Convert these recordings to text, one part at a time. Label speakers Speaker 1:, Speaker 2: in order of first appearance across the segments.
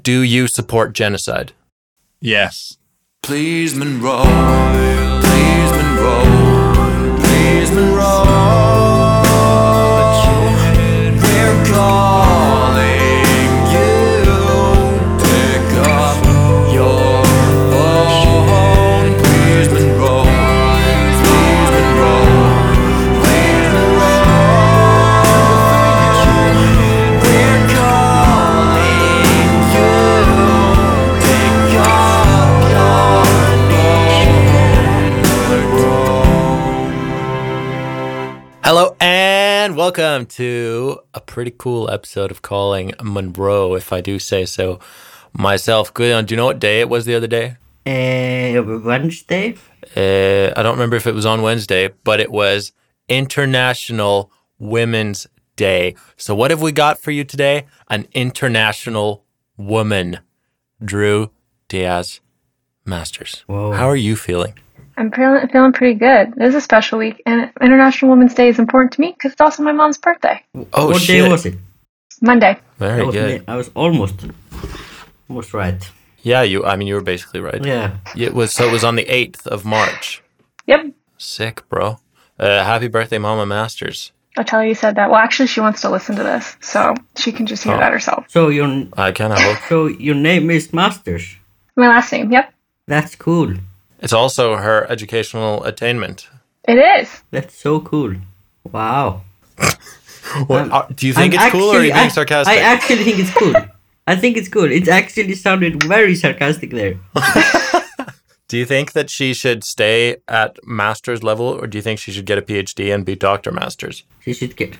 Speaker 1: Do you support genocide?
Speaker 2: Yes.
Speaker 3: Please, Monroe. Please, Monroe. Please, Monroe. We're calling you. Pick up your phone. Please, Monroe. Please, Monroe. Please, Monroe. We're calling you. Pick up your phone, Monroe.
Speaker 1: Hello and welcome to a pretty cool episode of Calling Monroe, if I do say so myself. Good. uh, Do you know what day it was the other day?
Speaker 4: Uh, Wednesday?
Speaker 1: Uh, I don't remember if it was on Wednesday, but it was International Women's Day. So, what have we got for you today? An international woman, Drew Diaz Masters.
Speaker 4: Whoa.
Speaker 1: How are you feeling?
Speaker 5: I'm feeling, feeling pretty good. This is a special week, and International Women's Day is important to me because it's also my mom's birthday.
Speaker 1: Oh,
Speaker 4: what day was it?
Speaker 5: Monday.
Speaker 4: I
Speaker 1: Very
Speaker 4: was,
Speaker 1: good.
Speaker 4: ne- I was almost, almost right.
Speaker 1: Yeah, you. I mean, you were basically right.
Speaker 4: Yeah.
Speaker 1: It was so. It was on the eighth of March.
Speaker 5: Yep.
Speaker 1: Sick, bro. Uh, happy birthday, Mama Masters.
Speaker 5: I'll tell you you said that. Well, actually, she wants to listen to this, so she can just hear that herself.
Speaker 4: So your
Speaker 1: I kind of hope
Speaker 4: so your name is Masters.
Speaker 5: My last name. Yep.
Speaker 4: That's cool.
Speaker 1: it's also her educational attainment.
Speaker 5: It is.
Speaker 4: That's so cool. Wow.
Speaker 1: What,
Speaker 4: Um,
Speaker 1: uh, do you think
Speaker 4: I'm
Speaker 1: it's cool, or are you
Speaker 4: actually-
Speaker 1: being
Speaker 4: I-
Speaker 1: sarcastic?
Speaker 4: I actually think it's cool. I think it's cool. It actually sounded very sarcastic there.
Speaker 1: do you think that she should stay at master's level, or do you think she should get a PhD and be Doctor Masters?
Speaker 4: She should get.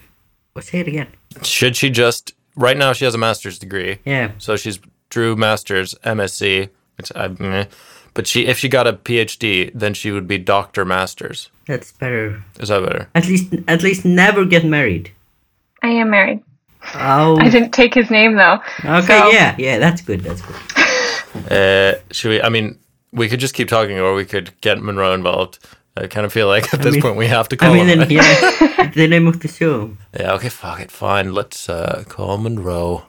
Speaker 4: Oh, say it again.
Speaker 1: Should she just right now? She has a master's degree,
Speaker 4: Yeah.
Speaker 1: so she's Drew Masters MSc. It's, I, meh. But she, if she got a PhD, then she would be Doctor Masters.
Speaker 4: That's better.
Speaker 1: Is that better?
Speaker 4: At least, at least never get married.
Speaker 5: I am married.
Speaker 4: Oh.
Speaker 5: I didn't take his name though.
Speaker 4: Okay.
Speaker 5: so-
Speaker 4: Yeah. Yeah. That's good. That's good.
Speaker 1: Uh, should we? I mean, we could just keep talking, or we could get Monroe involved. I kind of feel like at this
Speaker 4: mean-
Speaker 1: point we have to
Speaker 4: I
Speaker 1: call
Speaker 4: mean,
Speaker 1: him.
Speaker 4: then, yeah. the name of the show.
Speaker 1: Yeah, okay, fuck it, fine. Let's uh, call Monroe.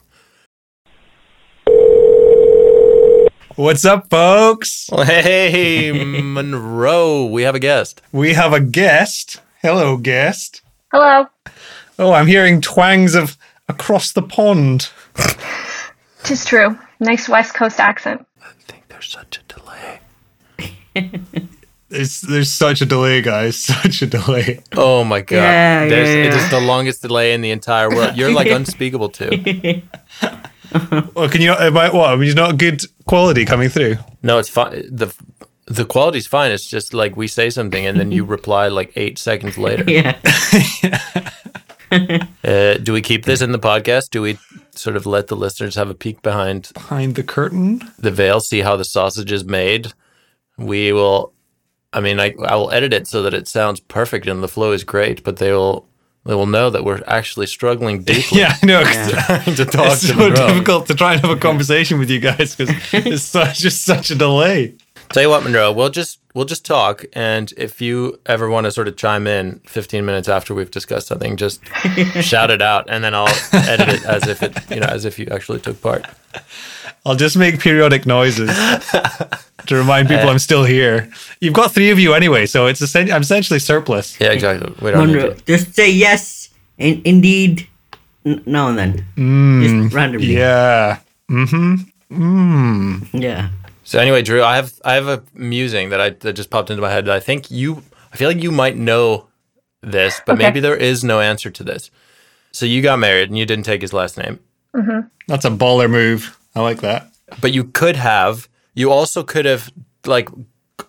Speaker 2: What's up, folks?
Speaker 1: Hey, Monroe, we have a guest.
Speaker 2: We have a guest. Hello, guest.
Speaker 5: Hello.
Speaker 2: Oh, I'm hearing twangs of across the pond.
Speaker 5: Tis true. Nice West Coast accent.
Speaker 1: I think there's such a delay.
Speaker 2: It's, there's such a delay, guys. Such a delay.
Speaker 1: Oh my god,
Speaker 4: Yeah,
Speaker 1: there's,
Speaker 4: yeah,
Speaker 1: it
Speaker 4: yeah.
Speaker 1: is the longest delay in the entire world. You're like unspeakable too.
Speaker 2: Well, can you not? Am I, what? I mean, it's not good quality coming through.
Speaker 1: No, it's fine. the The quality's fine. It's just like we say something and then you reply like eight seconds later.
Speaker 4: Yeah.
Speaker 1: Uh, do we keep this in the podcast? Do we sort of let the listeners have a peek behind
Speaker 2: Behind the curtain.
Speaker 1: the veil, see how the sausage is made. We will, I mean, I, I will edit it so that it sounds perfect and the flow is great, but they will they will know that we're actually struggling deeply.
Speaker 2: Yeah, I know. 'cause
Speaker 1: to talk
Speaker 2: It's
Speaker 1: to
Speaker 2: so
Speaker 1: Monroe.
Speaker 2: difficult to try and have a conversation with you guys because it's such, just such a delay.
Speaker 1: Tell you what, Monroe, we'll just we'll just talk, and if you ever want to sort of chime in 15 minutes after we've discussed something, just shout it out, and then I'll edit it as if it you know as if you actually took part.
Speaker 2: I'll just make periodic noises to remind people I'm still here. You've got three of you anyway, so it's essen- I'm essentially surplus.
Speaker 1: Yeah, exactly. We don't need
Speaker 4: Monroe,
Speaker 1: to-
Speaker 4: just say yes and indeed n- now and then.
Speaker 1: Mm,
Speaker 4: just randomly.
Speaker 2: Yeah.
Speaker 4: Yeah.
Speaker 1: So anyway, Drew, I have I have a musing that I that just popped into my head that I think you I feel like you might know this, but
Speaker 5: Okay.
Speaker 1: maybe there is no answer to this. So you got married and you didn't take his last name,
Speaker 2: That's a baller move. I like that.
Speaker 1: but you could have. You also could have like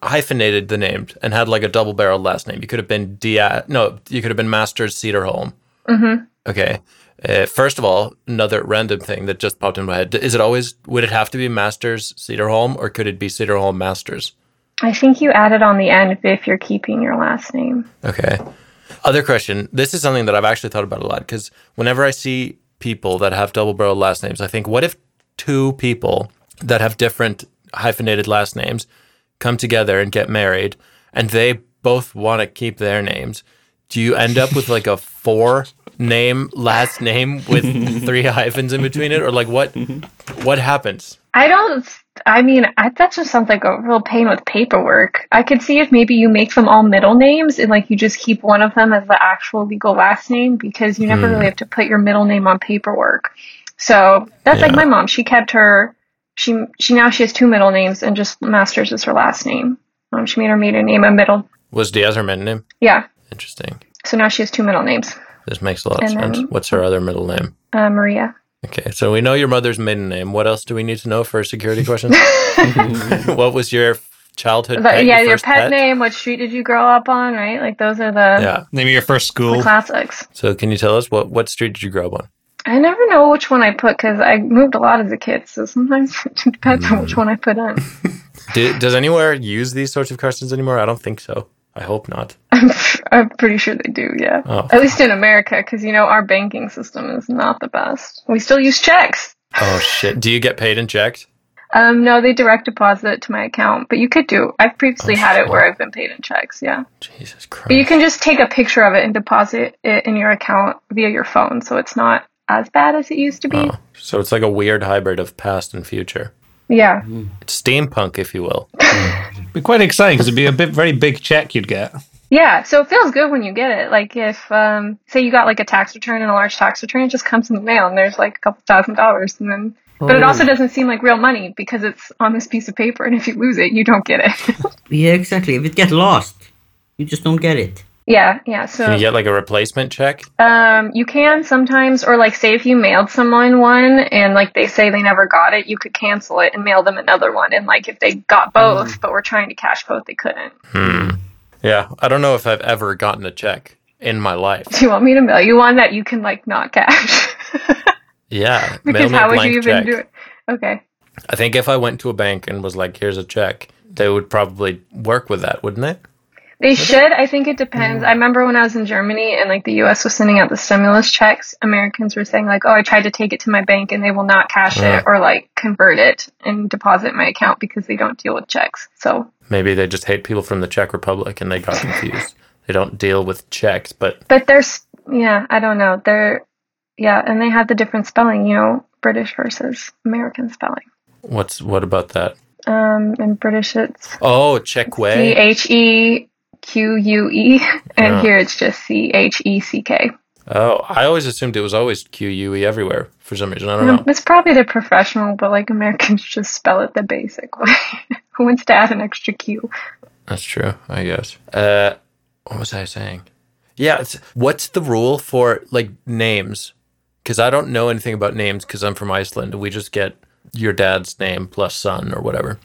Speaker 1: hyphenated the name and had like a double barreled last name. You could have been Dia. No, you could have been Masters Cedarholm. Mm-hmm. Okay. Uh, first of all, another random thing that just popped in my head. Is it always would it have to be Masters Cedarholm or could it be Cedarholm Masters?
Speaker 5: I think you added on the end if you're keeping your last name.
Speaker 1: Okay. Other question. This is something that I've actually thought about a lot because whenever I see people that have double barreled last names, I think, what if two people that have different hyphenated last names come together and get married and they both want to keep their names? Do you end up with like a four name last name with three hyphens in between it, or like what what happens?
Speaker 5: I don't. I mean, I, that just sounds like a real pain with paperwork. I could see if maybe you make them all middle names and like you just keep one of them as the actual legal last name because you never
Speaker 1: Hmm.
Speaker 5: really have to put your middle name on paperwork. So that's like
Speaker 1: Yeah.
Speaker 5: my mom. She kept her. She she now she has two middle names and just Masters is her last name. Um, she made her maiden name a middle.
Speaker 1: Was Diaz her middle name?
Speaker 5: Yeah.
Speaker 1: Interesting.
Speaker 5: So now she has two middle names.
Speaker 1: This makes a lot of
Speaker 5: And then-
Speaker 1: sense. What's her other middle name?
Speaker 5: Uh, Maria.
Speaker 1: Okay, so we know your mother's maiden name. What else do we need to know for security questions? what was your childhood?
Speaker 5: But
Speaker 1: pet,
Speaker 5: yeah, your
Speaker 1: first
Speaker 5: pet, name. What street did you grow up on? Right. Like those are the,
Speaker 1: Yeah.
Speaker 2: Name of your first
Speaker 5: the
Speaker 2: school.
Speaker 5: classics.
Speaker 1: So can you tell us what what street did you grow up on?
Speaker 5: I never know which one I put because I moved a lot as a kid, so sometimes it depends on
Speaker 1: Mm.
Speaker 5: which one I put in.
Speaker 1: Do, does anywhere use these sorts of questions anymore? I don't think so. I hope not.
Speaker 5: I'm, I'm pretty sure they do, yeah.
Speaker 1: Oh.
Speaker 5: At least in America, because you know our banking system is not the best. We still use checks.
Speaker 1: Oh shit! Do you get paid in checks?
Speaker 5: Um, no, they direct deposit it to my account, but you could do. I've
Speaker 1: Oh,
Speaker 5: previously had it where I've been paid in checks, yeah.
Speaker 1: Jesus
Speaker 5: But you
Speaker 1: Christ!
Speaker 5: can just take a picture of it and deposit it in your account via your phone, so it's not as bad as it used to be.
Speaker 1: Oh, so it's like a weird hybrid of past and future.
Speaker 5: Yeah.
Speaker 1: It's steampunk, if you will.
Speaker 2: Be quite exciting because it'd be a bit very big check you'd get.
Speaker 5: Yeah, so it feels good when you get it. Like if, um, say you got like a tax return and a large tax return, it just comes in the mail and there's like a couple thousand dollars, and then. But it
Speaker 1: Oh.
Speaker 5: also doesn't seem like real money because it's on this piece of paper, and if you lose it, you don't get it.
Speaker 4: Yeah, exactly. If it gets lost, you just don't get it.
Speaker 5: yeah, yeah. So
Speaker 1: Can you get like a replacement check?
Speaker 5: um, you can sometimes, or like say if you mailed someone one and like they say they never got it, you could cancel it and mail them another one. And like if they
Speaker 1: Mm-hmm.
Speaker 5: got both, but were trying to cash both, they couldn't.
Speaker 1: Yeah, I don't know if I've ever gotten a check in my life.
Speaker 5: Do you want me to mail you one that you can like not cash?
Speaker 1: Yeah, mail
Speaker 5: because
Speaker 1: me a
Speaker 5: how would
Speaker 1: blank
Speaker 5: you even
Speaker 1: check.
Speaker 5: do it? Okay.
Speaker 1: I think if I went to a bank and was like, "Here's a check," they would probably work with that, wouldn't they?
Speaker 5: They should. I think it depends. I remember when I was in Germany and like the U.S. was sending out the stimulus checks, Americans were saying like, "Oh, I tried to take it to my bank and they will not cash
Speaker 1: Yeah.
Speaker 5: it or like convert it and deposit my account because they don't deal with checks." So
Speaker 1: Maybe they just hate people from the Czech Republic and they got confused. they don't deal with checks, but
Speaker 5: But there's, yeah, I don't know. They're, yeah, and they have the different spelling, you know, British versus American spelling.
Speaker 1: what's what about that?
Speaker 5: Um, in British it's
Speaker 1: Oh, check
Speaker 5: C
Speaker 1: way.
Speaker 5: H E Q U E, and
Speaker 1: Yeah.
Speaker 5: here it's just C H E C K.
Speaker 1: Oh, I always assumed it was always Q U E everywhere for some reason. I don't know.
Speaker 5: It's probably the professional, but like Americans just spell it the basic way. Who wants to add an extra Q?
Speaker 1: That's true, I guess. Uh, what was I saying? Yeah, it's, what's the rule for like names? Because I don't know anything about names because I'm from Iceland. We just get your dad's name plus son or whatever.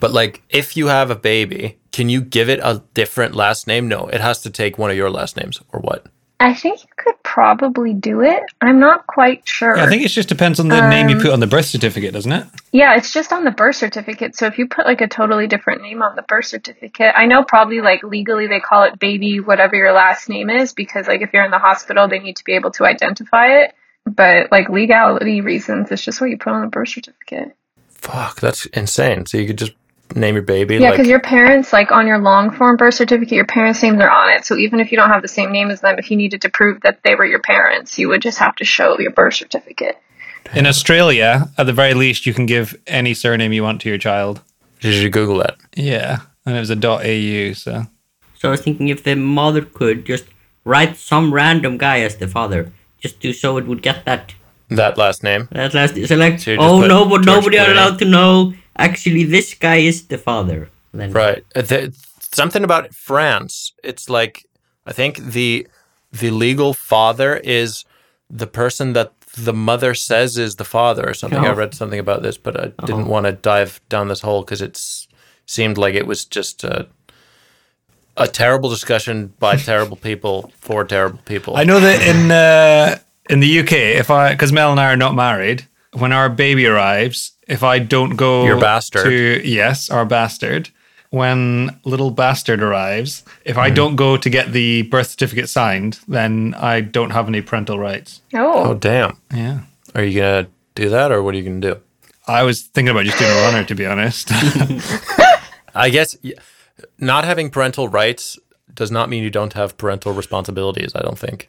Speaker 1: But like, if you have a baby, can you give it a different last name? No, it has to take one of your last names or what?
Speaker 5: I think you could probably do it. I'm not quite sure.
Speaker 2: Yeah, I think it just depends on the name you put on the birth certificate, doesn't it?
Speaker 5: Yeah, it's just on the birth certificate. So if you put like a totally different name on the birth certificate, I know probably like legally they call it baby whatever your last name is because like if you're in the hospital they need to be able to identify it. But like legality reasons, it's just what you put on the birth certificate.
Speaker 1: Fuck, that's insane. So you could just name your baby
Speaker 5: Yeah,
Speaker 1: like
Speaker 5: because your parents like on your long form birth certificate, your parents' names are on it. So even if you don't have the same name as them, if you needed to prove that they were your parents, you would just have to show your birth certificate.
Speaker 2: In Australia, at the very least, you can give any surname you want to your child.
Speaker 1: Did you Google that?
Speaker 2: Yeah, and it was a .au, so
Speaker 4: So I was thinking if the mother could just write some random guy as the father, just to so it would get that
Speaker 1: That last name?
Speaker 4: that last. So like,
Speaker 1: So you just
Speaker 4: oh
Speaker 1: put
Speaker 4: no, but
Speaker 1: George
Speaker 4: nobody are
Speaker 1: Clooney.
Speaker 4: allowed to know. Actually, this guy is the father. Then
Speaker 1: Right. Uh, th- something about France. It's like I think the the legal father is the person that the mother says is the father or something. I
Speaker 4: Oh.
Speaker 1: read something about this, but I
Speaker 2: Oh.
Speaker 1: didn't want to dive down this hole because it seemed like it was just a, a terrible discussion by terrible people for terrible people.
Speaker 2: I know that in uh, in the UK, if I because Mel and I are not married, when our baby arrives, if I don't go,
Speaker 1: Your bastard.
Speaker 2: To, yes, our bastard. When little bastard arrives, if
Speaker 1: Mm-hmm.
Speaker 2: I don't go to get the birth certificate signed, then I don't have any parental rights.
Speaker 1: Oh
Speaker 5: Oh,
Speaker 1: damn!
Speaker 2: Yeah,
Speaker 1: Are you gonna do that or what are you gonna do?
Speaker 2: I was thinking about just doing a runner, to be honest.
Speaker 1: I guess y- not having parental rights does not mean you don't have parental responsibilities. I don't think.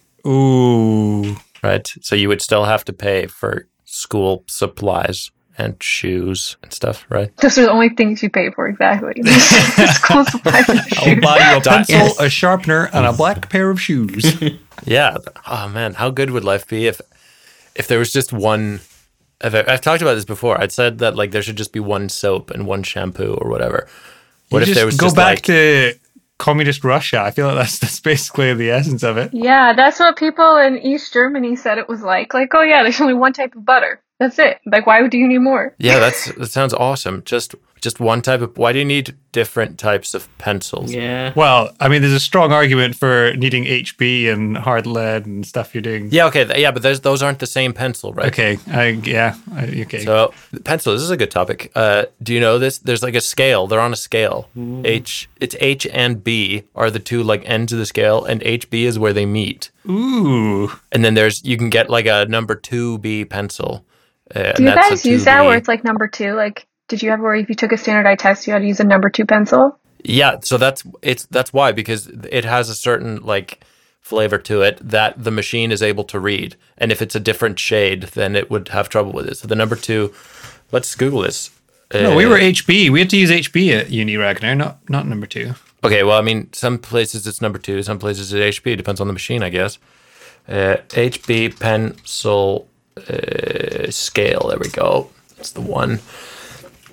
Speaker 2: Ooh.
Speaker 1: right? So you would still have to pay for school supplies and shoes and stuff, right?
Speaker 5: Those are the only things you pay for, exactly. School
Speaker 1: Oh,
Speaker 5: supplies and
Speaker 2: I'll
Speaker 5: shoes.
Speaker 2: buy you a
Speaker 1: Di-
Speaker 2: pencil,
Speaker 4: Yes.
Speaker 2: a sharpener, and a black pair of shoes.
Speaker 1: Yeah. Oh man, how good would life be if if there was just one if I, have talked about this before. I'd said that like there should just be one soap and one shampoo or whatever. What if
Speaker 2: just
Speaker 1: there was
Speaker 2: go
Speaker 1: just
Speaker 2: back
Speaker 1: like
Speaker 2: to communist Russia? I feel like that's that's basically the essence of it.
Speaker 5: Yeah, that's what people in East Germany said it was like. Like, oh yeah, there's only one type of butter. That's it. Like, why do you need more?
Speaker 1: Yeah, that's that sounds awesome. Just just one type of why do you need different types of pencils?
Speaker 4: Yeah.
Speaker 2: Well, I mean, there's a strong argument for needing HB and hard lead and stuff you're doing.
Speaker 1: Yeah, okay. th- Yeah, but those those aren't the same pencil, right?
Speaker 2: Okay. I, yeah. I, okay.
Speaker 1: So pencil, this is a good topic. Uh, do you know this? There's like a scale. They're on a scale.
Speaker 5: Mm.
Speaker 1: H, it's H and B are the two like ends of the scale, and HB is where they meet.
Speaker 2: Ooh.
Speaker 1: And then there's you can get like a number two B pencil. Uh,
Speaker 5: Do you guys use that where it's like number two? Like, did you ever where if you took a standardized test, you had to use a number two pencil?
Speaker 1: Yeah, so that's it's that's why because it has a certain like flavor to it that the machine is able to read, and if it's a different shade, then it would have trouble with it. So the number two, let's Google this.
Speaker 2: No, we
Speaker 1: Uh,
Speaker 2: were HB. We had to use HB at Uni Ragnar, not not number two.
Speaker 1: Okay, well, I mean, some places it's number two, some places it's HP. Depends on the machine, I guess. Uh, HB pencil uh, scale. There we go. That's the one.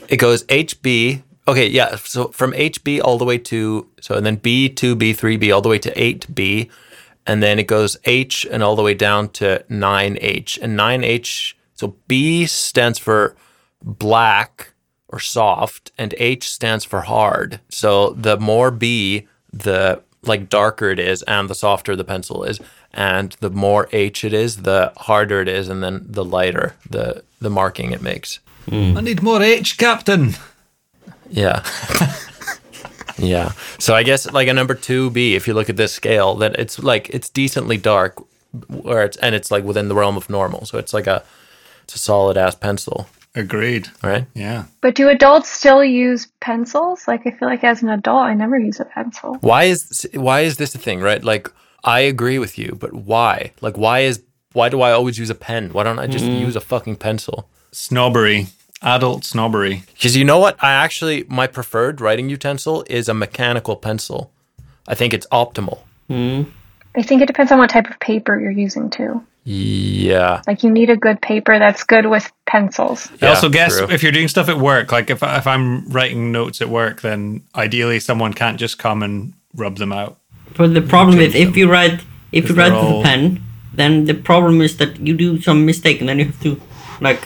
Speaker 1: It goes HB. Okay, yeah. So from HB all the way to so, and then B two B three B all the way to eight B, and then it goes H and all the way down to nine H and nine H. So B stands for black or soft, and H stands for hard. So the more B, the like darker it is, and the softer the pencil is, and the more H it is, the harder it is, and then the lighter the the marking it makes. Hmm.
Speaker 2: I need more H, Captain.
Speaker 1: Yeah. yeah. So I guess like a number two B, if you look at this scale, then it's like it's decently dark, where it's and it's like within the realm of normal. So it's like a it's a solid ass pencil,
Speaker 2: Agreed.
Speaker 1: right?
Speaker 2: Yeah.
Speaker 5: But do adults still use pencils? Like, I feel like as an adult, I never use a pencil.
Speaker 1: why is why is this a thing right like i agree with you but why like why is why do i always use a pen why don't i just use a fucking pencil
Speaker 2: Snobbery. Adult snobbery.
Speaker 1: because you know what i actually my preferred writing utensil is a mechanical pencil i think it's optimal
Speaker 5: I think it depends on what type of paper you're using too.
Speaker 1: yeah
Speaker 5: Like, you need a good paper that's good with pencils.
Speaker 2: I also
Speaker 1: Yeah,
Speaker 2: guess
Speaker 1: true.
Speaker 2: if you're doing stuff at work, like if if I'm writing notes at work, then ideally someone can't just come and rub them out.
Speaker 4: But the problem is, if you write, if you
Speaker 2: they're
Speaker 4: write with a
Speaker 2: all-
Speaker 4: pen, then the problem is that you do some mistake, and then you have to, like,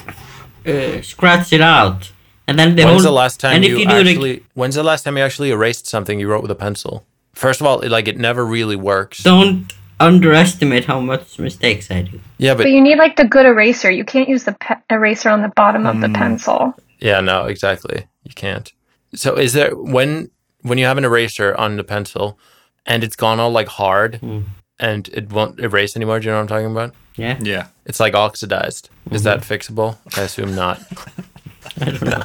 Speaker 4: uh, scratch it out, and then the
Speaker 1: when's
Speaker 4: whole.
Speaker 1: the last time
Speaker 4: and
Speaker 1: you,
Speaker 4: if you do it,
Speaker 1: actually when's the last time you actually erased something you wrote with a pencil first of all it, like it never really works
Speaker 4: don't underestimate how much mistakes I do.
Speaker 1: yeah but
Speaker 5: But you need like the good eraser. You can't use the pe- eraser on the bottom of the pencil.
Speaker 1: Yeah, no, exactly. You can't. So is there when when you have an eraser on the pencil and it's gone all like hard
Speaker 4: Hmm.
Speaker 1: and it won't erase anymore, do you know what I'm talking about?
Speaker 4: Yeah,
Speaker 2: Yeah.
Speaker 1: It's like oxidized. Is that
Speaker 4: Mm-hmm.
Speaker 1: fixable? I assume not.
Speaker 4: I don't know.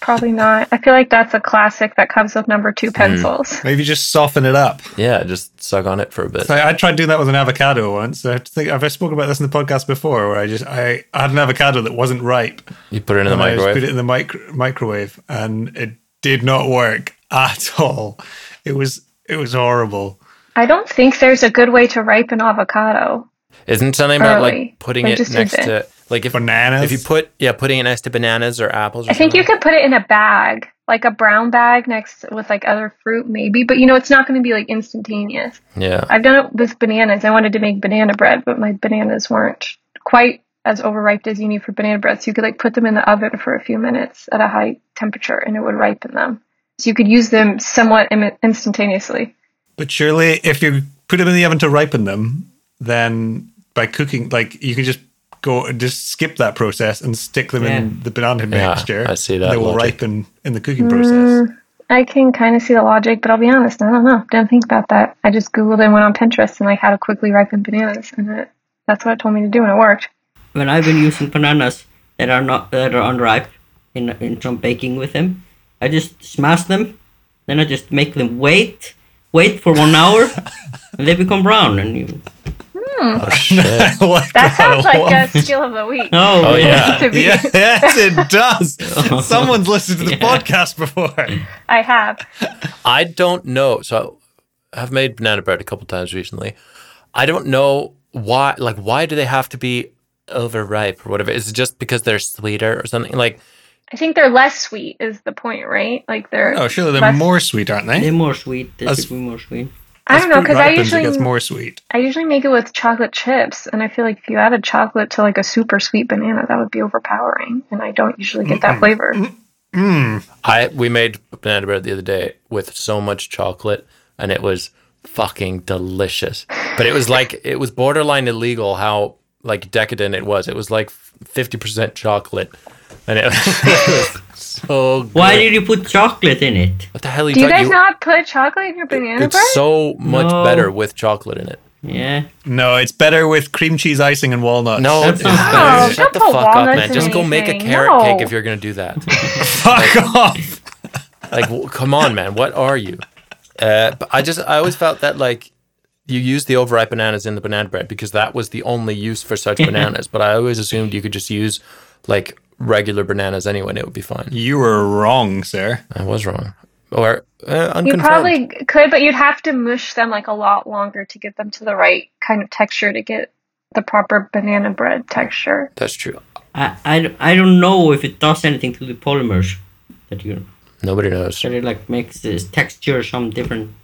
Speaker 5: Probably not. I feel like that's a classic that comes with number two pencils.
Speaker 2: Maybe just soften it up.
Speaker 1: yeah, just suck on it for a bit.
Speaker 2: So I tried doing that with an avocado once. I think I've spoken about this in the podcast before, where I just I, I had an avocado that wasn't ripe.
Speaker 1: You put it in the
Speaker 2: and I just
Speaker 1: microwave.
Speaker 2: put it in the mic- microwave, and it did not work at all. It was it was horrible.
Speaker 5: I don't think there's a good way to ripen avocado.
Speaker 1: Isn't something about
Speaker 5: early.
Speaker 1: like putting
Speaker 5: Like,
Speaker 1: it
Speaker 5: just use
Speaker 1: next
Speaker 5: it.
Speaker 1: to like if
Speaker 2: Bananas.
Speaker 1: if you put yeah, putting it next to bananas or apples or
Speaker 5: I think you
Speaker 1: something.
Speaker 5: could put it in a bag, like a brown bag next with like other fruit maybe, but you know it's not going to be like instantaneous.
Speaker 1: Yeah.
Speaker 5: I've done it with bananas. I wanted to make banana bread, but my bananas weren't quite as overripe as you need for banana bread. So you could like put them in the oven for a few minutes at a high temperature and it would ripen them. So you could use them somewhat Im- instantaneously.
Speaker 2: But surely, if you put them in the oven to ripen them, then by cooking, like you can just go just skip that process and stick them in
Speaker 4: Yeah.
Speaker 2: the banana mixture.
Speaker 1: I see that
Speaker 2: They will
Speaker 1: logic.
Speaker 2: ripen in the cooking process.
Speaker 5: I can kind of see the logic, but I'll be honest, I don't know. Didn't think about that. I just Googled and went on Pinterest and like how to quickly ripen bananas, and it, that's what it told me to do, and it worked.
Speaker 4: when I've been using bananas that are not that are unripe in in some baking with them, I just smash them, then I just make them wait, wait for one hour, and they become brown. And you,
Speaker 1: Oh shit.
Speaker 2: I like
Speaker 5: That sounds
Speaker 2: a
Speaker 5: like
Speaker 2: lot.
Speaker 5: a skill of the week.
Speaker 4: oh,
Speaker 1: Oh yeah.
Speaker 5: To be,
Speaker 2: Yeah, yes, it does. Someone's listened to the podcast before.
Speaker 5: I have.
Speaker 1: I don't know. So I've made banana bread a couple times recently. I don't know why. Like, why do they have to be overripe or whatever? Is it just because they're sweeter or something? Like,
Speaker 5: I think they're less sweet is the point, right? Like they're.
Speaker 2: Oh, surely they're
Speaker 5: less-
Speaker 2: more sweet, aren't they?
Speaker 4: They're more sweet. They
Speaker 2: That's-
Speaker 4: should be more sweet.
Speaker 5: I don't know
Speaker 2: Fruit
Speaker 5: because I
Speaker 2: ripens, it
Speaker 5: usually
Speaker 2: gets more sweet.
Speaker 5: I usually make it with chocolate chips, and I feel like if you added chocolate to like a super sweet banana, that would be overpowering, and I don't usually get that flavor.
Speaker 1: I we made banana bread the other day with so much chocolate, and it was fucking delicious. But it was like it was borderline illegal how like decadent it was. It was like fifty percent chocolate, and it was so. Good.
Speaker 4: Why did you put chocolate in it?
Speaker 1: What the hell? Are you
Speaker 5: Do you
Speaker 1: talking-
Speaker 5: guys not put chocolate in your banana bread?
Speaker 1: It's so much
Speaker 4: No.
Speaker 1: better with chocolate in it.
Speaker 4: Yeah.
Speaker 2: No, it's better with cream cheese icing and walnuts.
Speaker 1: No,
Speaker 4: That sounds
Speaker 1: it's-
Speaker 4: better.
Speaker 5: No,
Speaker 1: shut
Speaker 5: don't
Speaker 1: the
Speaker 5: put
Speaker 1: fuck up,
Speaker 5: walnuts
Speaker 1: man.
Speaker 5: in
Speaker 1: Just go make a
Speaker 5: anything.
Speaker 1: carrot
Speaker 5: No.
Speaker 1: cake if you're gonna do that.
Speaker 2: fuck off.
Speaker 1: Like, w- come on, man. What are you? Uh, but I just, I always felt that like you use the overripe bananas in the banana bread because that was the only use for such bananas. But I always assumed you could just use like regular bananas anyway, and it would be fine.
Speaker 2: You were wrong, sir.
Speaker 1: I was wrong, or uh, unconfirmed.
Speaker 5: you probably could, but you'd have to mush them like a lot longer to get them to the right kind of texture to get the proper banana bread texture.
Speaker 1: That's true.
Speaker 4: I, I, I don't know if it does anything to the polymers that you
Speaker 1: Nobody knows.
Speaker 4: that it like makes this texture some different.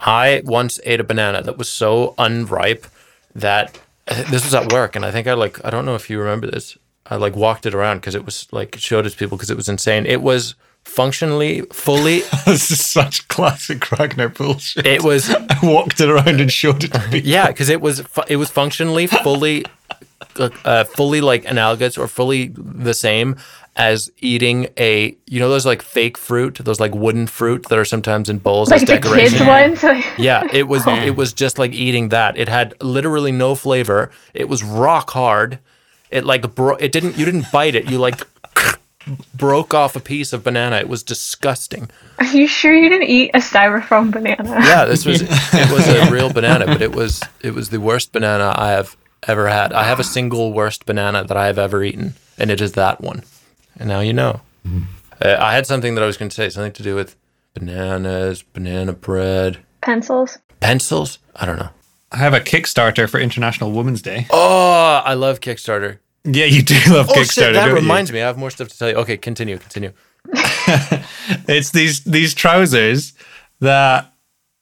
Speaker 1: I once ate a banana that was so unripe that uh, this was at work, and I think I like I don't know if you remember this. I like walked it around because it was like showed it to people because it was insane. It was functionally fully.
Speaker 2: This is such classic Ragnar bullshit.
Speaker 1: It was
Speaker 2: I walked it around and showed it to people.
Speaker 1: yeah, because it was fu- it was functionally fully, uh, fully like analogous or fully the same as eating a you know those like fake fruit, those like wooden fruit that are sometimes in bowls
Speaker 5: Like
Speaker 1: as
Speaker 5: the
Speaker 1: decoration.
Speaker 5: kids ones. like-
Speaker 1: Yeah, it was it was just like eating that. It had literally no flavor. It was rock hard. It like bro it didn't you didn't bite it. You like broke off a piece of banana. It was disgusting.
Speaker 5: Are you sure you didn't eat a styrofoam banana?
Speaker 1: Yeah, this was it was a real banana, but it was it was the worst banana I have ever had. I have a single worst banana that I have ever eaten, and it is that one. And now you know. Uh, I had something that I was going to say, something to do with bananas, banana bread,
Speaker 5: Pencils.
Speaker 1: pencils. I don't know.
Speaker 2: I have a Kickstarter for International Women's Day.
Speaker 1: Oh, I love Kickstarter.
Speaker 2: Yeah, you do love
Speaker 1: Oh
Speaker 2: Kickstarter.
Speaker 1: shit, that
Speaker 2: don't you?
Speaker 1: reminds me. I have more stuff to tell you. Okay, continue, continue.
Speaker 2: It's these these trousers that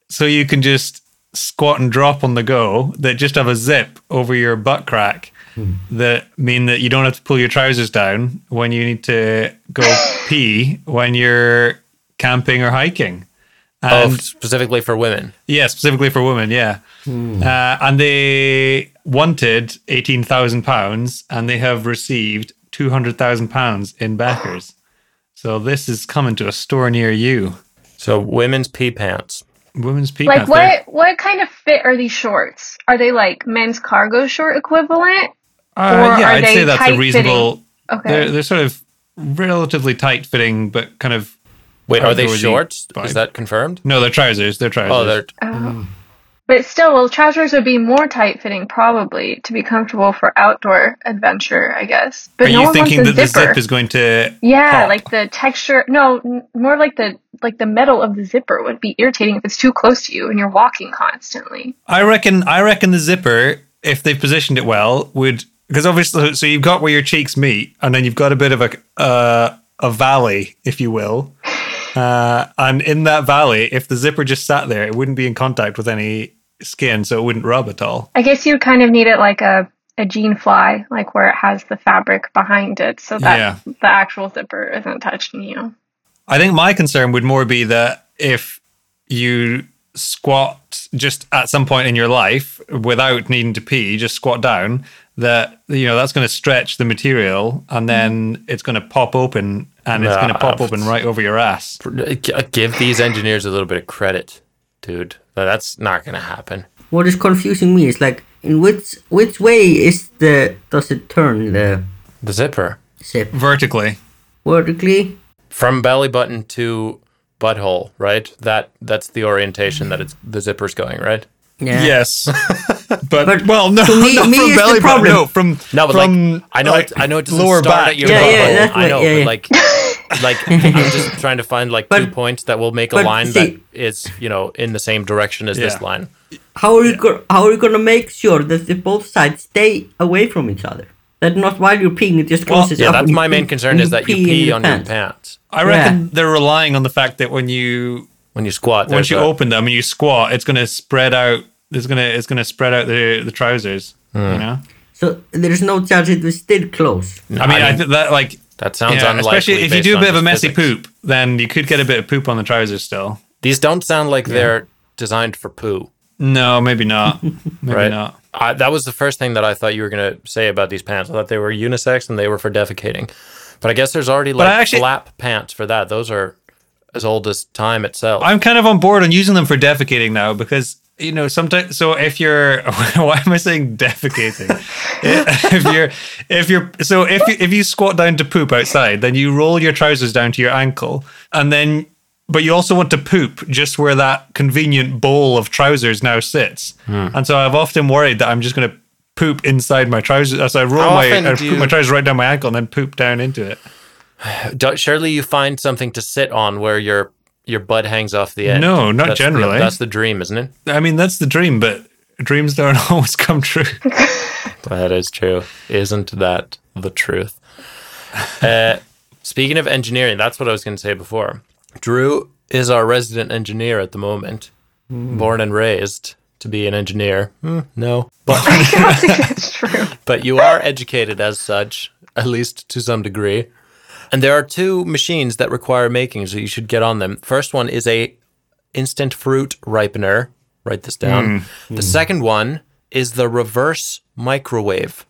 Speaker 2: so you can just squat and drop on the go that just have a zip over your butt crack that mean that you don't have to pull your trousers down when you need to go pee when you're camping or hiking.
Speaker 1: Oh,
Speaker 2: And
Speaker 1: specifically for women.
Speaker 2: yeah, specifically for women, yeah. Uh, and they wanted eighteen thousand pounds, and they have received two hundred thousand pounds in backers. so this is coming to a store near you.
Speaker 1: So women's pee pants.
Speaker 2: Women's pee
Speaker 5: Like
Speaker 2: pants,
Speaker 5: what?
Speaker 2: they're-
Speaker 5: What kind of fit are these shorts? Are they like men's cargo short equivalent?
Speaker 2: Uh,
Speaker 5: Or
Speaker 2: yeah,
Speaker 5: are
Speaker 2: I'd
Speaker 5: they
Speaker 2: say that's a
Speaker 5: tight-fitting?
Speaker 2: reasonable.
Speaker 5: Okay.
Speaker 2: They're they're sort of relatively tight fitting, but kind of
Speaker 1: Wait, are they
Speaker 2: Outdoorsy
Speaker 1: shorts?
Speaker 2: vibe.
Speaker 1: Is that confirmed?
Speaker 2: no, they're trousers. They're trousers.
Speaker 1: Oh, they're
Speaker 5: But still, well, trousers would be more tight fitting probably to be comfortable for outdoor adventure, I guess. But
Speaker 2: Are
Speaker 5: no
Speaker 2: you
Speaker 5: one
Speaker 2: thinking that
Speaker 5: wants a
Speaker 2: the
Speaker 5: zipper.
Speaker 2: zip is Oh. going to?
Speaker 5: yeah,
Speaker 2: pop?
Speaker 5: like the texture. No, n- more like the like the metal of the zipper would be irritating if it's too close to you and you're walking constantly.
Speaker 2: I reckon. I reckon the zipper, if they've positioned it well, would because obviously, so you've got where your cheeks meet, and then you've got a bit of a uh, a valley, if you will. Uh, and in that valley, if the zipper just sat there, it wouldn't be in contact with any skin, so it wouldn't rub at all.
Speaker 5: I guess you kind of need it like a a jean fly, like where it has the fabric behind it, so that
Speaker 2: Yeah.
Speaker 5: the actual zipper isn't touching you.
Speaker 2: I think my concern would more be that if you squat just at some point in your life without needing to pee, you just squat down, that you know that's going to stretch the material and then
Speaker 4: Mm-hmm.
Speaker 2: it's going to pop open and it's going to
Speaker 1: Nah.
Speaker 2: pop open right over your ass.
Speaker 1: G- uh, give these engineers a little bit of credit, dude. No, That's not gonna happen.
Speaker 4: What is confusing me is like in which which way is the does it turn the
Speaker 1: The zipper
Speaker 4: zip
Speaker 2: Vertically.
Speaker 4: vertically?
Speaker 1: from belly button to butthole, right? That that's the orientation that it's the zipper's going, right?
Speaker 4: Yeah.
Speaker 2: Yes, but, well, no,
Speaker 4: to me-
Speaker 2: not
Speaker 4: me
Speaker 2: from
Speaker 4: is the
Speaker 2: belly button.
Speaker 4: problem.
Speaker 2: No, from
Speaker 1: No, but
Speaker 2: from,
Speaker 1: like I know
Speaker 2: like,
Speaker 1: it, I know it doesn't
Speaker 2: lower
Speaker 1: start
Speaker 2: back.
Speaker 1: at your
Speaker 4: Yeah,
Speaker 1: butthole.
Speaker 4: yeah, that's
Speaker 1: I
Speaker 4: what-
Speaker 1: know, but
Speaker 4: yeah, yeah.
Speaker 1: like like I'm just trying to find like two
Speaker 4: But-
Speaker 1: points that will make a
Speaker 4: but
Speaker 1: line
Speaker 4: see-
Speaker 1: that is you know in the same direction as this
Speaker 2: Yeah.
Speaker 1: line.
Speaker 4: How are you go- how are you gonna make sure that the both sides stay away from each other? That not while you're peeing, it just closes
Speaker 1: Yeah,
Speaker 4: up and
Speaker 1: that's
Speaker 4: you
Speaker 1: my main
Speaker 4: pee-
Speaker 1: concern
Speaker 4: and
Speaker 1: is that you
Speaker 4: in
Speaker 1: pee on your pants
Speaker 2: I reckon
Speaker 4: Yeah.
Speaker 2: they're relying on the fact that when you
Speaker 1: when you squat.
Speaker 2: once
Speaker 1: there's
Speaker 2: you
Speaker 1: a-
Speaker 2: open them and you squat, it's going to spread out. It's going to it's going to spread out the the trousers.
Speaker 1: Hmm.
Speaker 2: You know,
Speaker 4: So there is no chance it will still close.
Speaker 2: I mean, I, think that like
Speaker 1: that sounds
Speaker 2: yeah,
Speaker 1: unlikely.
Speaker 2: especially if you
Speaker 1: based
Speaker 2: do a
Speaker 1: on
Speaker 2: bit of a
Speaker 1: just
Speaker 2: messy
Speaker 1: physics.
Speaker 2: poop, then you could get a bit of poop on the trousers still.
Speaker 1: These don't sound like they're designed for poo,
Speaker 2: No, maybe not. Maybe
Speaker 1: right?
Speaker 2: not.
Speaker 1: I, that was the first thing that I thought you were gonna say about these pants. I thought they were unisex and they were for defecating, but I guess there's already like
Speaker 2: I actually-
Speaker 1: flap pants for that. Those are as old as time itself.
Speaker 2: I'm kind of on board on using them for defecating now because you know sometimes. So if you're, why am I saying defecating? if you're, if you're, so if you, if you squat down to poop outside, then you roll your trousers down to your ankle, and then, but you also want to poop just where that convenient bowl of trousers now sits.
Speaker 1: Hmm.
Speaker 2: And so I've often worried that I'm just going to poop inside my trousers. So I roll
Speaker 1: How often
Speaker 2: my, I
Speaker 1: do
Speaker 2: put my
Speaker 1: you-
Speaker 2: trousers right down my ankle and then poop down into it.
Speaker 1: Don't- surely you find something to sit on where your your butt hangs off the edge.
Speaker 2: No, not
Speaker 1: That's the-
Speaker 2: generally.
Speaker 1: that's the dream, isn't it?
Speaker 2: I mean, that's the dream, but dreams don't always come true.
Speaker 1: That is true. Isn't that the truth? Uh, speaking of engineering, that's what I was going to say before. Drew is our resident engineer at the moment,
Speaker 5: Hmm.
Speaker 1: born and raised to be an engineer. Hmm, no, but
Speaker 5: I don't think that's true.
Speaker 1: but you are educated as such, at least to some degree. And there are two machines that require making, so you should get on them. First one is a instant fruit ripener. Write this down. The second one is the reverse microwave.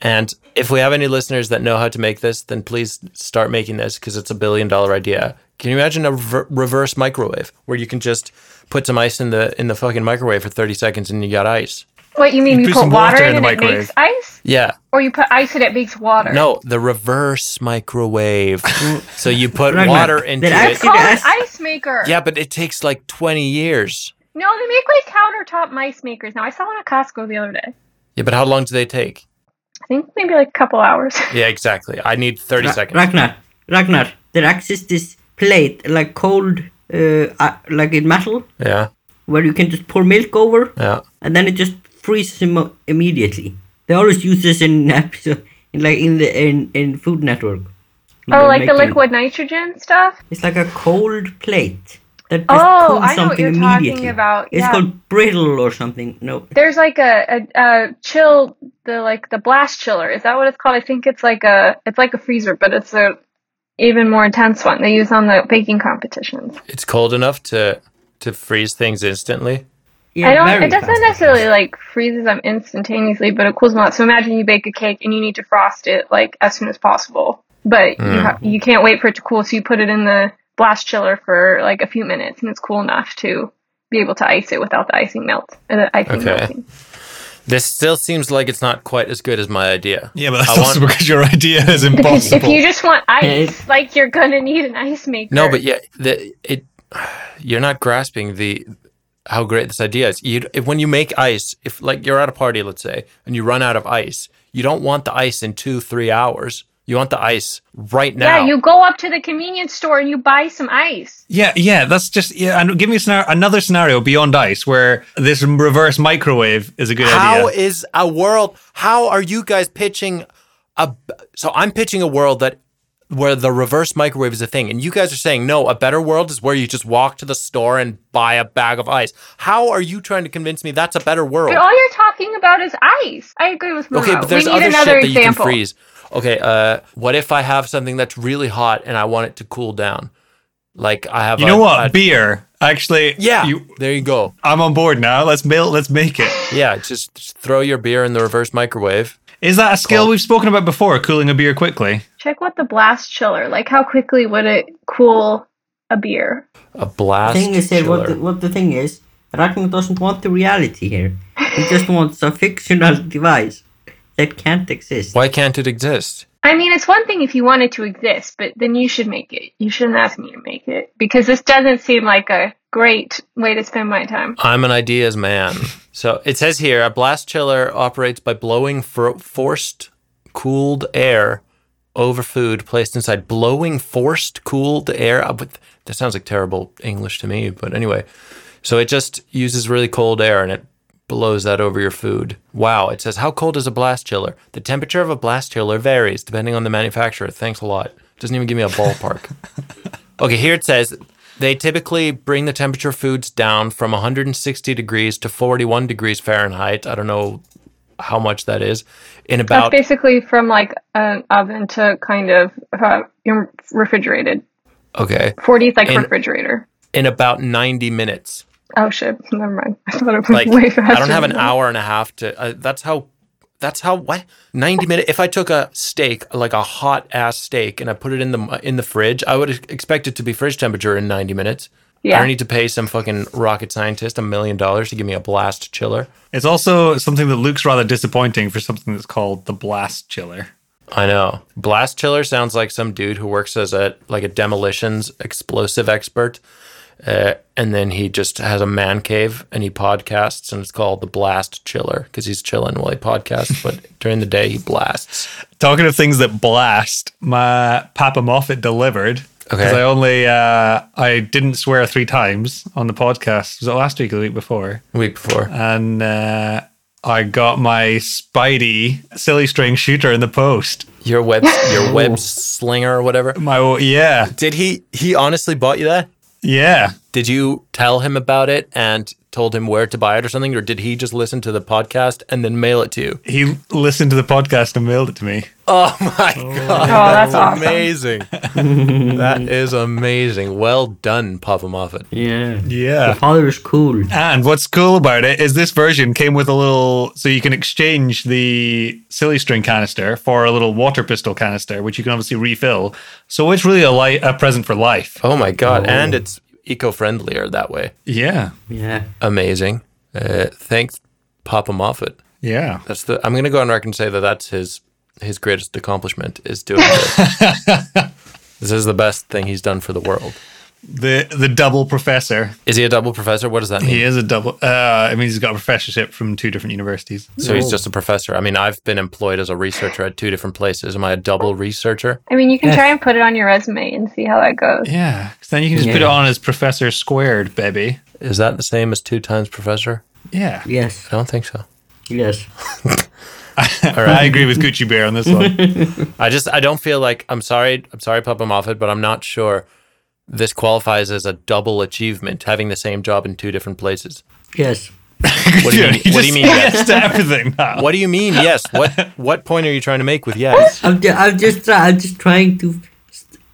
Speaker 1: and if we have any listeners that know how to make this, then please start making this because it's a billion dollar idea. Can you imagine a rever- reverse microwave where you can just put some ice in the in the fucking microwave for 30 seconds and you got ice?
Speaker 5: What you mean?
Speaker 2: You
Speaker 5: You,
Speaker 2: put
Speaker 5: put
Speaker 2: some
Speaker 5: water,
Speaker 2: water
Speaker 5: in,
Speaker 2: in the
Speaker 5: and it
Speaker 2: microwave.
Speaker 5: makes ice,
Speaker 1: Yeah.
Speaker 5: or you put ice and it makes water.
Speaker 1: No, the reverse microwave. so you put
Speaker 4: Right,
Speaker 1: water
Speaker 4: right.
Speaker 1: into
Speaker 4: Then I-
Speaker 1: it.
Speaker 5: it's called an
Speaker 4: Yes.
Speaker 5: Oh, ice maker.
Speaker 1: Yeah, but it takes like 20 years.
Speaker 5: No, they make like countertop ice makers now. I saw one at Costco the other day.
Speaker 1: Yeah, but how long do they take?
Speaker 5: I think maybe like a couple hours.
Speaker 1: Yeah, exactly. I need 30
Speaker 4: Ra-
Speaker 1: seconds.
Speaker 4: Ragnar, Ragnar, there exists this plate like cold, uh, uh, like in metal,
Speaker 1: Yeah,
Speaker 4: where you can just pour milk over,
Speaker 1: yeah.
Speaker 4: and then it just freezes Im- immediately. They always use this in episode, in like in the in in Food Network.
Speaker 5: oh,
Speaker 4: They
Speaker 5: like the
Speaker 4: make it-
Speaker 5: liquid nitrogen stuff.
Speaker 4: It's like a cold plate that just
Speaker 5: Oh,
Speaker 4: cools
Speaker 5: I know what
Speaker 4: something
Speaker 5: you're talking
Speaker 4: immediately.
Speaker 5: about,
Speaker 4: It's
Speaker 5: yeah.
Speaker 4: called brittle or something. No,
Speaker 5: There's like a, a, a chill, the like the blast chiller. Is that what it's called? I think it's like a it's like a freezer, but it's a even more intense one they use on the baking competitions.
Speaker 1: It's cold enough to to freeze things instantly.
Speaker 4: yeah,
Speaker 5: I don't.
Speaker 4: very
Speaker 5: It doesn't
Speaker 4: fast.
Speaker 5: necessarily like freezes them instantaneously, but it cools them out. So imagine you bake a cake and you need to frost it like as soon as possible, but you ha- you can't wait for it to cool, so you put it in the blast chiller for like a few minutes, and it's cool enough to be able to ice it without the icing melt. Uh, the icing
Speaker 1: Okay.
Speaker 5: melting.
Speaker 1: This still seems like it's not quite as good as my idea.
Speaker 2: Yeah, but that's
Speaker 1: I want-
Speaker 2: also because your idea is
Speaker 5: Because
Speaker 2: impossible.
Speaker 5: if you just want ice,
Speaker 4: it-
Speaker 5: like you're gonna need an ice maker.
Speaker 1: No, but yeah, the, it you're not grasping the how great this idea is. You if, when you make ice, if like you're at a party, let's say, and you run out of ice, you don't want the ice in two, three hours. You want the ice right now.
Speaker 5: yeah, you go up to the convenience store and you buy some ice.
Speaker 2: yeah, yeah, that's just yeah. And give me a scenario, another scenario beyond ice where this reverse microwave is a good
Speaker 1: How
Speaker 2: idea.
Speaker 1: is a world? How are you guys pitching a? So I'm pitching a world that where the reverse microwave is a thing, and you guys are saying no. A better world is where you just walk to the store and buy a bag of ice. How are you trying to convince me that's a better world?
Speaker 5: But all you're talking about is ice. I agree with Mara.
Speaker 1: Okay, but there's
Speaker 5: we need
Speaker 1: other shit
Speaker 5: another
Speaker 1: that you can
Speaker 5: example.
Speaker 1: freeze. Okay, uh, what if I have something that's really hot and I want it to cool down? Like I have.
Speaker 2: You
Speaker 1: a-
Speaker 2: know what?
Speaker 1: a-
Speaker 2: Beer. Actually,
Speaker 1: yeah,
Speaker 2: you-
Speaker 1: there you go.
Speaker 2: I'm on board now. Let's build. Let's make it.
Speaker 1: Yeah, just, just throw your beer in the reverse microwave.
Speaker 2: Is that a skill we've spoken about before? Cooling a beer quickly.
Speaker 5: Check what the blast chiller. Like, how quickly would it cool a beer?
Speaker 1: A blast.
Speaker 4: thing is here, what
Speaker 1: chiller.
Speaker 4: the, what the thing is, Ragnar doesn't want the reality here. He just wants a fictional device that can't exist.
Speaker 1: Why can't it exist?
Speaker 5: I mean, it's one thing if you want it to exist, but then you should make it. You shouldn't ask me to make it because this doesn't seem like a great way to spend my time.
Speaker 1: I'm an ideas man. So it says here a blast chiller operates by blowing for- forced cooled air over food placed inside. Blowing forced cooled air. Uh, but That sounds like terrible English to me, but anyway. So it just uses really cold air and it blows that over your food. Wow. It says, How cold is a blast chiller? The temperature of a blast chiller varies depending on the manufacturer. Thanks a lot. Doesn't even give me a ballpark. Okay, here it says they typically bring the temperature of foods down from 160 degrees to 41 degrees Fahrenheit. I don't know how much that is. In
Speaker 5: That's
Speaker 1: about
Speaker 5: basically from like an oven to kind of uh, your refrigerated.
Speaker 1: okay,
Speaker 5: 40's like
Speaker 1: And-
Speaker 5: refrigerator.
Speaker 1: in about 90 minutes.
Speaker 5: Oh shit! Never mind. I thought it was
Speaker 1: Like
Speaker 5: way faster.
Speaker 1: I don't have
Speaker 5: than
Speaker 1: an
Speaker 5: that.
Speaker 1: hour and a half to. Uh, that's how. That's how what 90 minute. If I took a steak, like a hot ass steak, and I put it in the in the fridge, I would expect it to be fridge temperature in 90 minutes. I
Speaker 5: Yeah.
Speaker 1: don't need to pay some fucking rocket scientist a million dollars to give me a blast chiller.
Speaker 2: It's also something that looks rather disappointing for something that's called the blast chiller.
Speaker 1: I know. Blast Chiller sounds like some dude who works as a like a demolitions explosive expert. Uh, and then he just has a man cave and he podcasts and it's called the Blast Chiller because he's chilling while he podcasts, but during the day he blasts.
Speaker 2: Talking of things that blast, my Papa Moffat delivered.
Speaker 1: Okay.
Speaker 2: 'Cause I only uh, I didn't swear three times on the podcast. Was it last week or the week before?
Speaker 1: Week before.
Speaker 2: And uh, I got my Spidey silly string shooter in the post.
Speaker 1: Your web your web slinger or whatever.
Speaker 2: My yeah
Speaker 1: Did he he honestly bought you that?
Speaker 2: yeah.
Speaker 1: Did you tell him about it and told him where to buy it or something? Or did he just listen to the podcast and then mail it to you?
Speaker 2: He listened to the podcast and mailed it to me.
Speaker 1: Oh my god.
Speaker 5: Oh, that's awesome.
Speaker 1: amazing. that is amazing. Well done, Papa Moffat.
Speaker 4: Yeah. The
Speaker 2: Yeah.
Speaker 4: father is cool.
Speaker 2: And what's cool about it is this version came with a little, so you can exchange the silly string canister for a little water pistol canister, which you can obviously refill. So it's really a light, a present for life.
Speaker 1: Oh my god, and it's eco-friendlier that way.
Speaker 2: Yeah,
Speaker 4: Yeah.
Speaker 1: Amazing. Uh, thanks, Papa Moffat.
Speaker 2: yeah.
Speaker 1: That's the. I'm gonna go on record and say that that's his his greatest accomplishment is doing this. this is the best thing he's done for the world.
Speaker 2: The the double professor.
Speaker 1: Is he a double professor? What does that mean?
Speaker 2: He is a double. Uh, I mean, he's got a professorship from two different universities.
Speaker 1: So he's just a professor. I mean, I've been employed as a researcher at two different places. Am I a double researcher?
Speaker 5: I mean, you can try and put it on your resume and see how that goes.
Speaker 2: Yeah, 'cause then you can just put it
Speaker 4: Yeah.
Speaker 2: on as professor squared, baby.
Speaker 1: Is that the same as two times professor?
Speaker 2: Yeah,
Speaker 4: Yes.
Speaker 1: I don't think so.
Speaker 4: Yes.
Speaker 2: I agree with Gucci Bear on this one.
Speaker 1: I just I don't feel like I'm sorry I'm sorry Papa Moffat, but I'm not sure this qualifies as a double achievement having the same job in two different places.
Speaker 4: Yes.
Speaker 1: What do you mean?
Speaker 2: He
Speaker 1: What do
Speaker 2: just
Speaker 1: you mean? Yes?
Speaker 2: Yes to everything now.
Speaker 1: What do you mean? Yes. What what point are you trying to make with yes?
Speaker 4: I'm just, I'm just, try- I'm just trying to,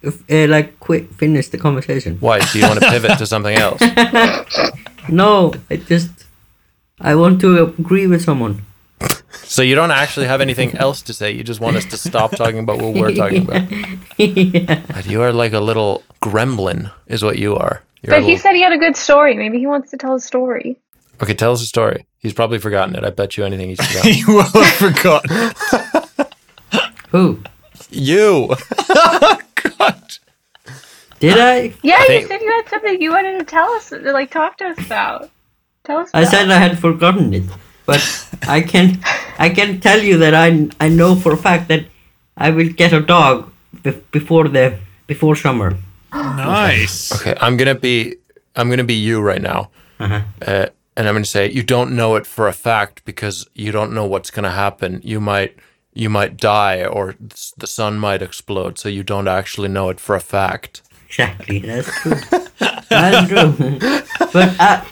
Speaker 4: uh, like, quit finish the conversation.
Speaker 1: Why do you want to pivot to something else?
Speaker 4: No, I just, I want to agree with someone.
Speaker 1: So you don't actually have anything else to say. You just want us to stop talking about what we're talking about. God, You are like a little gremlin, is what you are. You're a
Speaker 5: But he
Speaker 1: little-
Speaker 5: said he had a good story. Maybe he wants to tell a story.
Speaker 1: okay, tell us a story. He's probably forgotten it. I bet you anything he's forgotten.
Speaker 2: You will have forgotten.
Speaker 4: Who?
Speaker 1: you.
Speaker 4: Did I?
Speaker 5: Yeah,
Speaker 1: think-
Speaker 5: you said you had something you wanted to tell us, like talk to us about. Tell us.
Speaker 4: I
Speaker 5: about.
Speaker 4: said I had forgotten it, but I can, I can tell you that I, I know for a fact that I will get a dog bef before the, before summer.
Speaker 2: Nice.
Speaker 1: Okay, I'm gonna be I'm gonna be you right now, uh, and I'm gonna say you don't know it for a fact because you don't know what's gonna happen. You might you might die or s- the sun might explode, so you don't actually know it for a fact.
Speaker 4: Exactly, that's true. that's true. but uh,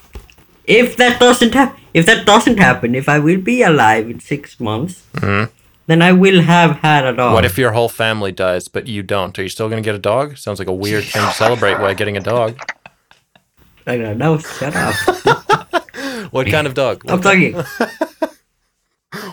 Speaker 4: if that doesn't happen, if that doesn't happen, if I will be alive in six months, then I will have had a dog.
Speaker 1: Mm-hmm. What if your whole family dies but you don't? Are you still gonna get a dog? Sounds like a weird thing to celebrate while getting a dog.
Speaker 4: I don't know. uh, Shut up.
Speaker 1: What kind of dog?
Speaker 4: I'm
Speaker 1: What,
Speaker 4: talking.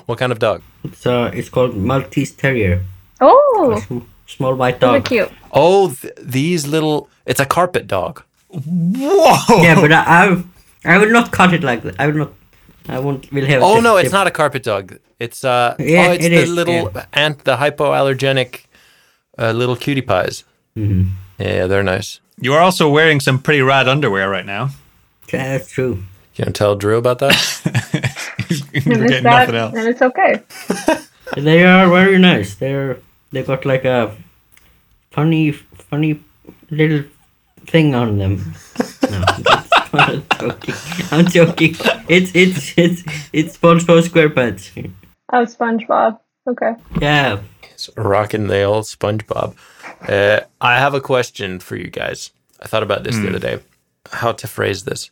Speaker 1: what kind of dog?
Speaker 4: So it's called Maltese Terrier,
Speaker 5: Oh,
Speaker 4: sm- small white
Speaker 5: so
Speaker 4: dog.
Speaker 5: cute.
Speaker 1: Oh, th- these little. It's a carpet dog.
Speaker 2: Whoa.
Speaker 4: Yeah, but I, I, I will not cut it like that. I will not I won't. We'll have.
Speaker 1: Oh
Speaker 4: a
Speaker 1: no, it's
Speaker 4: different-
Speaker 1: not a carpet dog. It's uh
Speaker 4: Yeah,
Speaker 1: oh, it's
Speaker 4: it
Speaker 1: the
Speaker 4: is,
Speaker 1: little ant, the hypoallergenic, uh, little cutie pies.
Speaker 4: Mm-hmm.
Speaker 1: Yeah, they're nice.
Speaker 2: You are also wearing some pretty rad underwear right now.
Speaker 4: Yeah, That's true.
Speaker 1: You gonna tell Drew about that?
Speaker 2: You're
Speaker 5: And it's
Speaker 2: getting
Speaker 5: that,
Speaker 2: nothing else.
Speaker 5: and it's okay.
Speaker 4: They are very nice. They're they got like a funny, funny little thing on them. No, that's not- I'm joking. I'm joking. It's it's it's it's SpongeBob SquarePants.
Speaker 5: Oh, SpongeBob. Okay.
Speaker 4: Yeah.
Speaker 1: It's rocking the old SpongeBob. Uh, I have a question for you guys. I thought about this the
Speaker 4: Mm.
Speaker 1: other day. How to phrase this?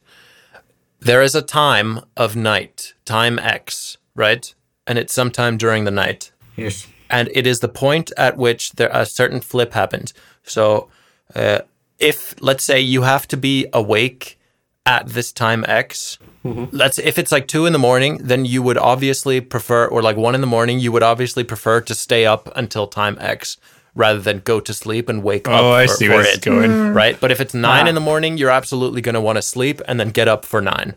Speaker 1: There is a time of night, time X, right? And it's sometime during the night.
Speaker 4: Yes.
Speaker 1: and it is the point at which there a certain flip happens. So, uh, if let's say you have to be awake at this time X,
Speaker 2: Mm-hmm.
Speaker 1: let's if it's like two in the morning, then you would obviously prefer, or like one in the morning, you would obviously prefer to stay up until time X rather than go to sleep and wake up.
Speaker 2: Oh, I
Speaker 1: for-
Speaker 2: see
Speaker 1: for
Speaker 2: where it's
Speaker 1: it,
Speaker 2: going. Ah.
Speaker 1: Right, but if it's nine in the morning, you're absolutely going to want to sleep and then get up for nine.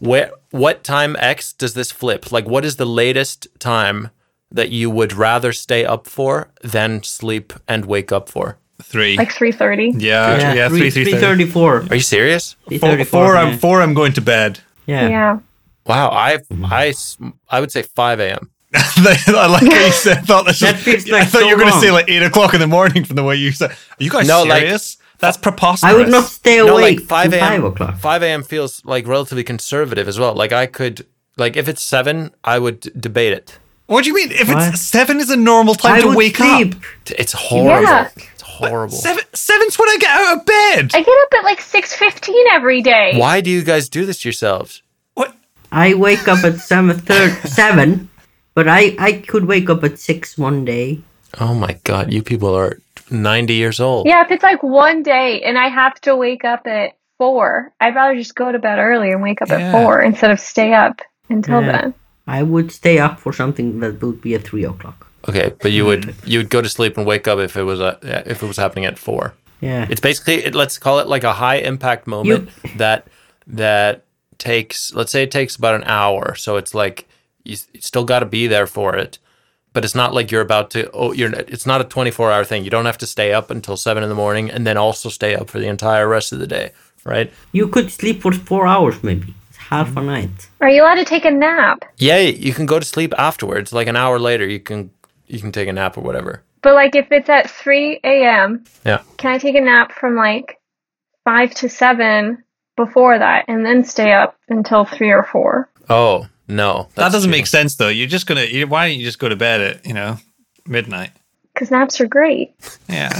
Speaker 1: Where what time X does this flip? Like what is the latest time that you would rather stay up for than sleep and wake up for?
Speaker 2: Three.
Speaker 5: Like three thirty.
Speaker 2: yeah, yeah, three, three, three, thirty.
Speaker 4: 334.
Speaker 1: Are you serious?
Speaker 2: Four, four, I'm four. I'm going to bed.
Speaker 4: yeah. yeah.
Speaker 5: Yeah.
Speaker 1: Wow, I I s- I would say 5 a.m.
Speaker 2: I like how you said. I thought this.
Speaker 4: That
Speaker 2: was-
Speaker 4: feels
Speaker 2: I
Speaker 4: like
Speaker 2: thought
Speaker 4: so
Speaker 2: you were going to
Speaker 4: wrong.
Speaker 2: say like eight o'clock in the morning from the way you said. Are you guys
Speaker 1: No, like-
Speaker 2: serious? That's preposterous.
Speaker 4: I would not stay
Speaker 1: No,
Speaker 4: awake
Speaker 1: like 5
Speaker 4: till
Speaker 1: a.m.
Speaker 4: 5 o'clock.
Speaker 1: 5 a.m. feels like relatively conservative as well. Like I could like if it's 7, I would d- debate it.
Speaker 2: What do you mean? If
Speaker 4: Why?
Speaker 2: it's seven is a normal time
Speaker 4: I
Speaker 2: to
Speaker 4: would
Speaker 2: wake
Speaker 4: sleep.
Speaker 2: up.
Speaker 1: T- It's horrible.
Speaker 5: Yeah.
Speaker 1: It's horrible.
Speaker 2: Seven, seven's when I get out of bed.
Speaker 5: I get up at like six fifteen every day.
Speaker 1: Why do you guys do this to yourselves?
Speaker 2: what?
Speaker 4: I wake up at 7, thir- 7 but I, I could wake up at 6 one day.
Speaker 1: Oh my god, you people are 90 years old.
Speaker 5: Yeah, if it's like one day and I have to wake up at four, I'd rather just go to bed early and wake up
Speaker 2: Yeah.
Speaker 5: at four instead of stay up until
Speaker 4: Yeah.
Speaker 5: then.
Speaker 4: I would stay up for something that would be at 3 o'clock.
Speaker 1: Okay, but you would you would go to sleep and wake up if it was a, if it was happening at four.
Speaker 4: Yeah.
Speaker 1: It's basically it, let's call it like a high impact moment that that takes let's say it takes about an hour, so it's like you, s- you still got to be there for it, but it's not like you're about to oh you're it's not a twenty four hour thing. You don't have to stay up until seven in the morning and then also stay up for the entire rest of the day, right?
Speaker 4: you could sleep for 4 hours maybe. It's half a
Speaker 1: Mm.
Speaker 4: night.
Speaker 5: Are you allowed to take a nap?
Speaker 1: Yeah, you can go to sleep afterwards, like an hour later. You can you can take a nap or whatever.
Speaker 5: But like if it's at three a.m.,
Speaker 1: Yeah.
Speaker 5: can I take a nap from like five to seven before that, and then stay up until three or four?
Speaker 1: Oh no,
Speaker 2: That doesn't
Speaker 1: make sense.
Speaker 2: make sense though. You're just gonna. You, why don't you just go to bed at you know midnight?
Speaker 5: Because naps are great.
Speaker 2: Yeah.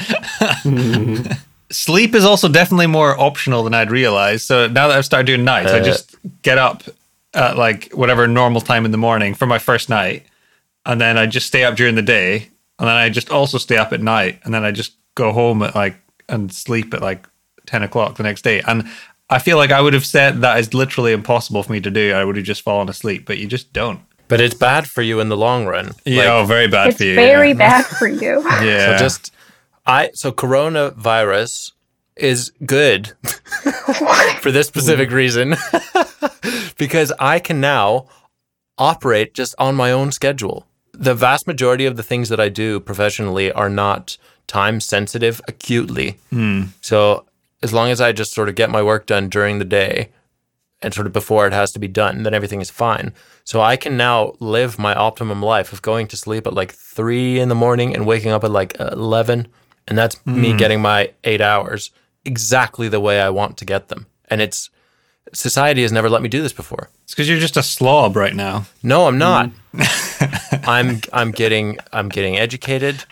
Speaker 2: Sleep is also definitely more optional than I'd realized. So now that I've started doing nights, I
Speaker 1: Uh,
Speaker 2: just get up at like whatever normal time in the morning for my first night. And then I just stay up during the day. And then I just also stay up at night. And then I just go home at like and sleep at like 10 o'clock the next day. And I feel like I would have said that is literally impossible for me to do. I would have just fallen asleep, but you just don't.
Speaker 1: But it's bad for you in the long run.
Speaker 2: Yeah,
Speaker 1: Like,
Speaker 2: oh, very bad
Speaker 5: It's
Speaker 2: for you.
Speaker 5: very
Speaker 2: yeah.
Speaker 5: bad for you.
Speaker 2: Yeah.
Speaker 1: so just I so coronavirus is good for this specific reason because I can now operate just on my own schedule. The vast majority of the things that I do professionally are not time sensitive acutely. So as long as I just sort of get my work done during the day and sort of before it has to be done, then everything is fine. So I can now live my optimum life of going to sleep at like three in the morning and waking up at like 11. And that's me getting my eight hours exactly the way I want to get them. And it's society has never let me do this before.
Speaker 2: it's because you're just a slob right now.
Speaker 1: No, I'm not. I'm I'm getting I'm getting educated.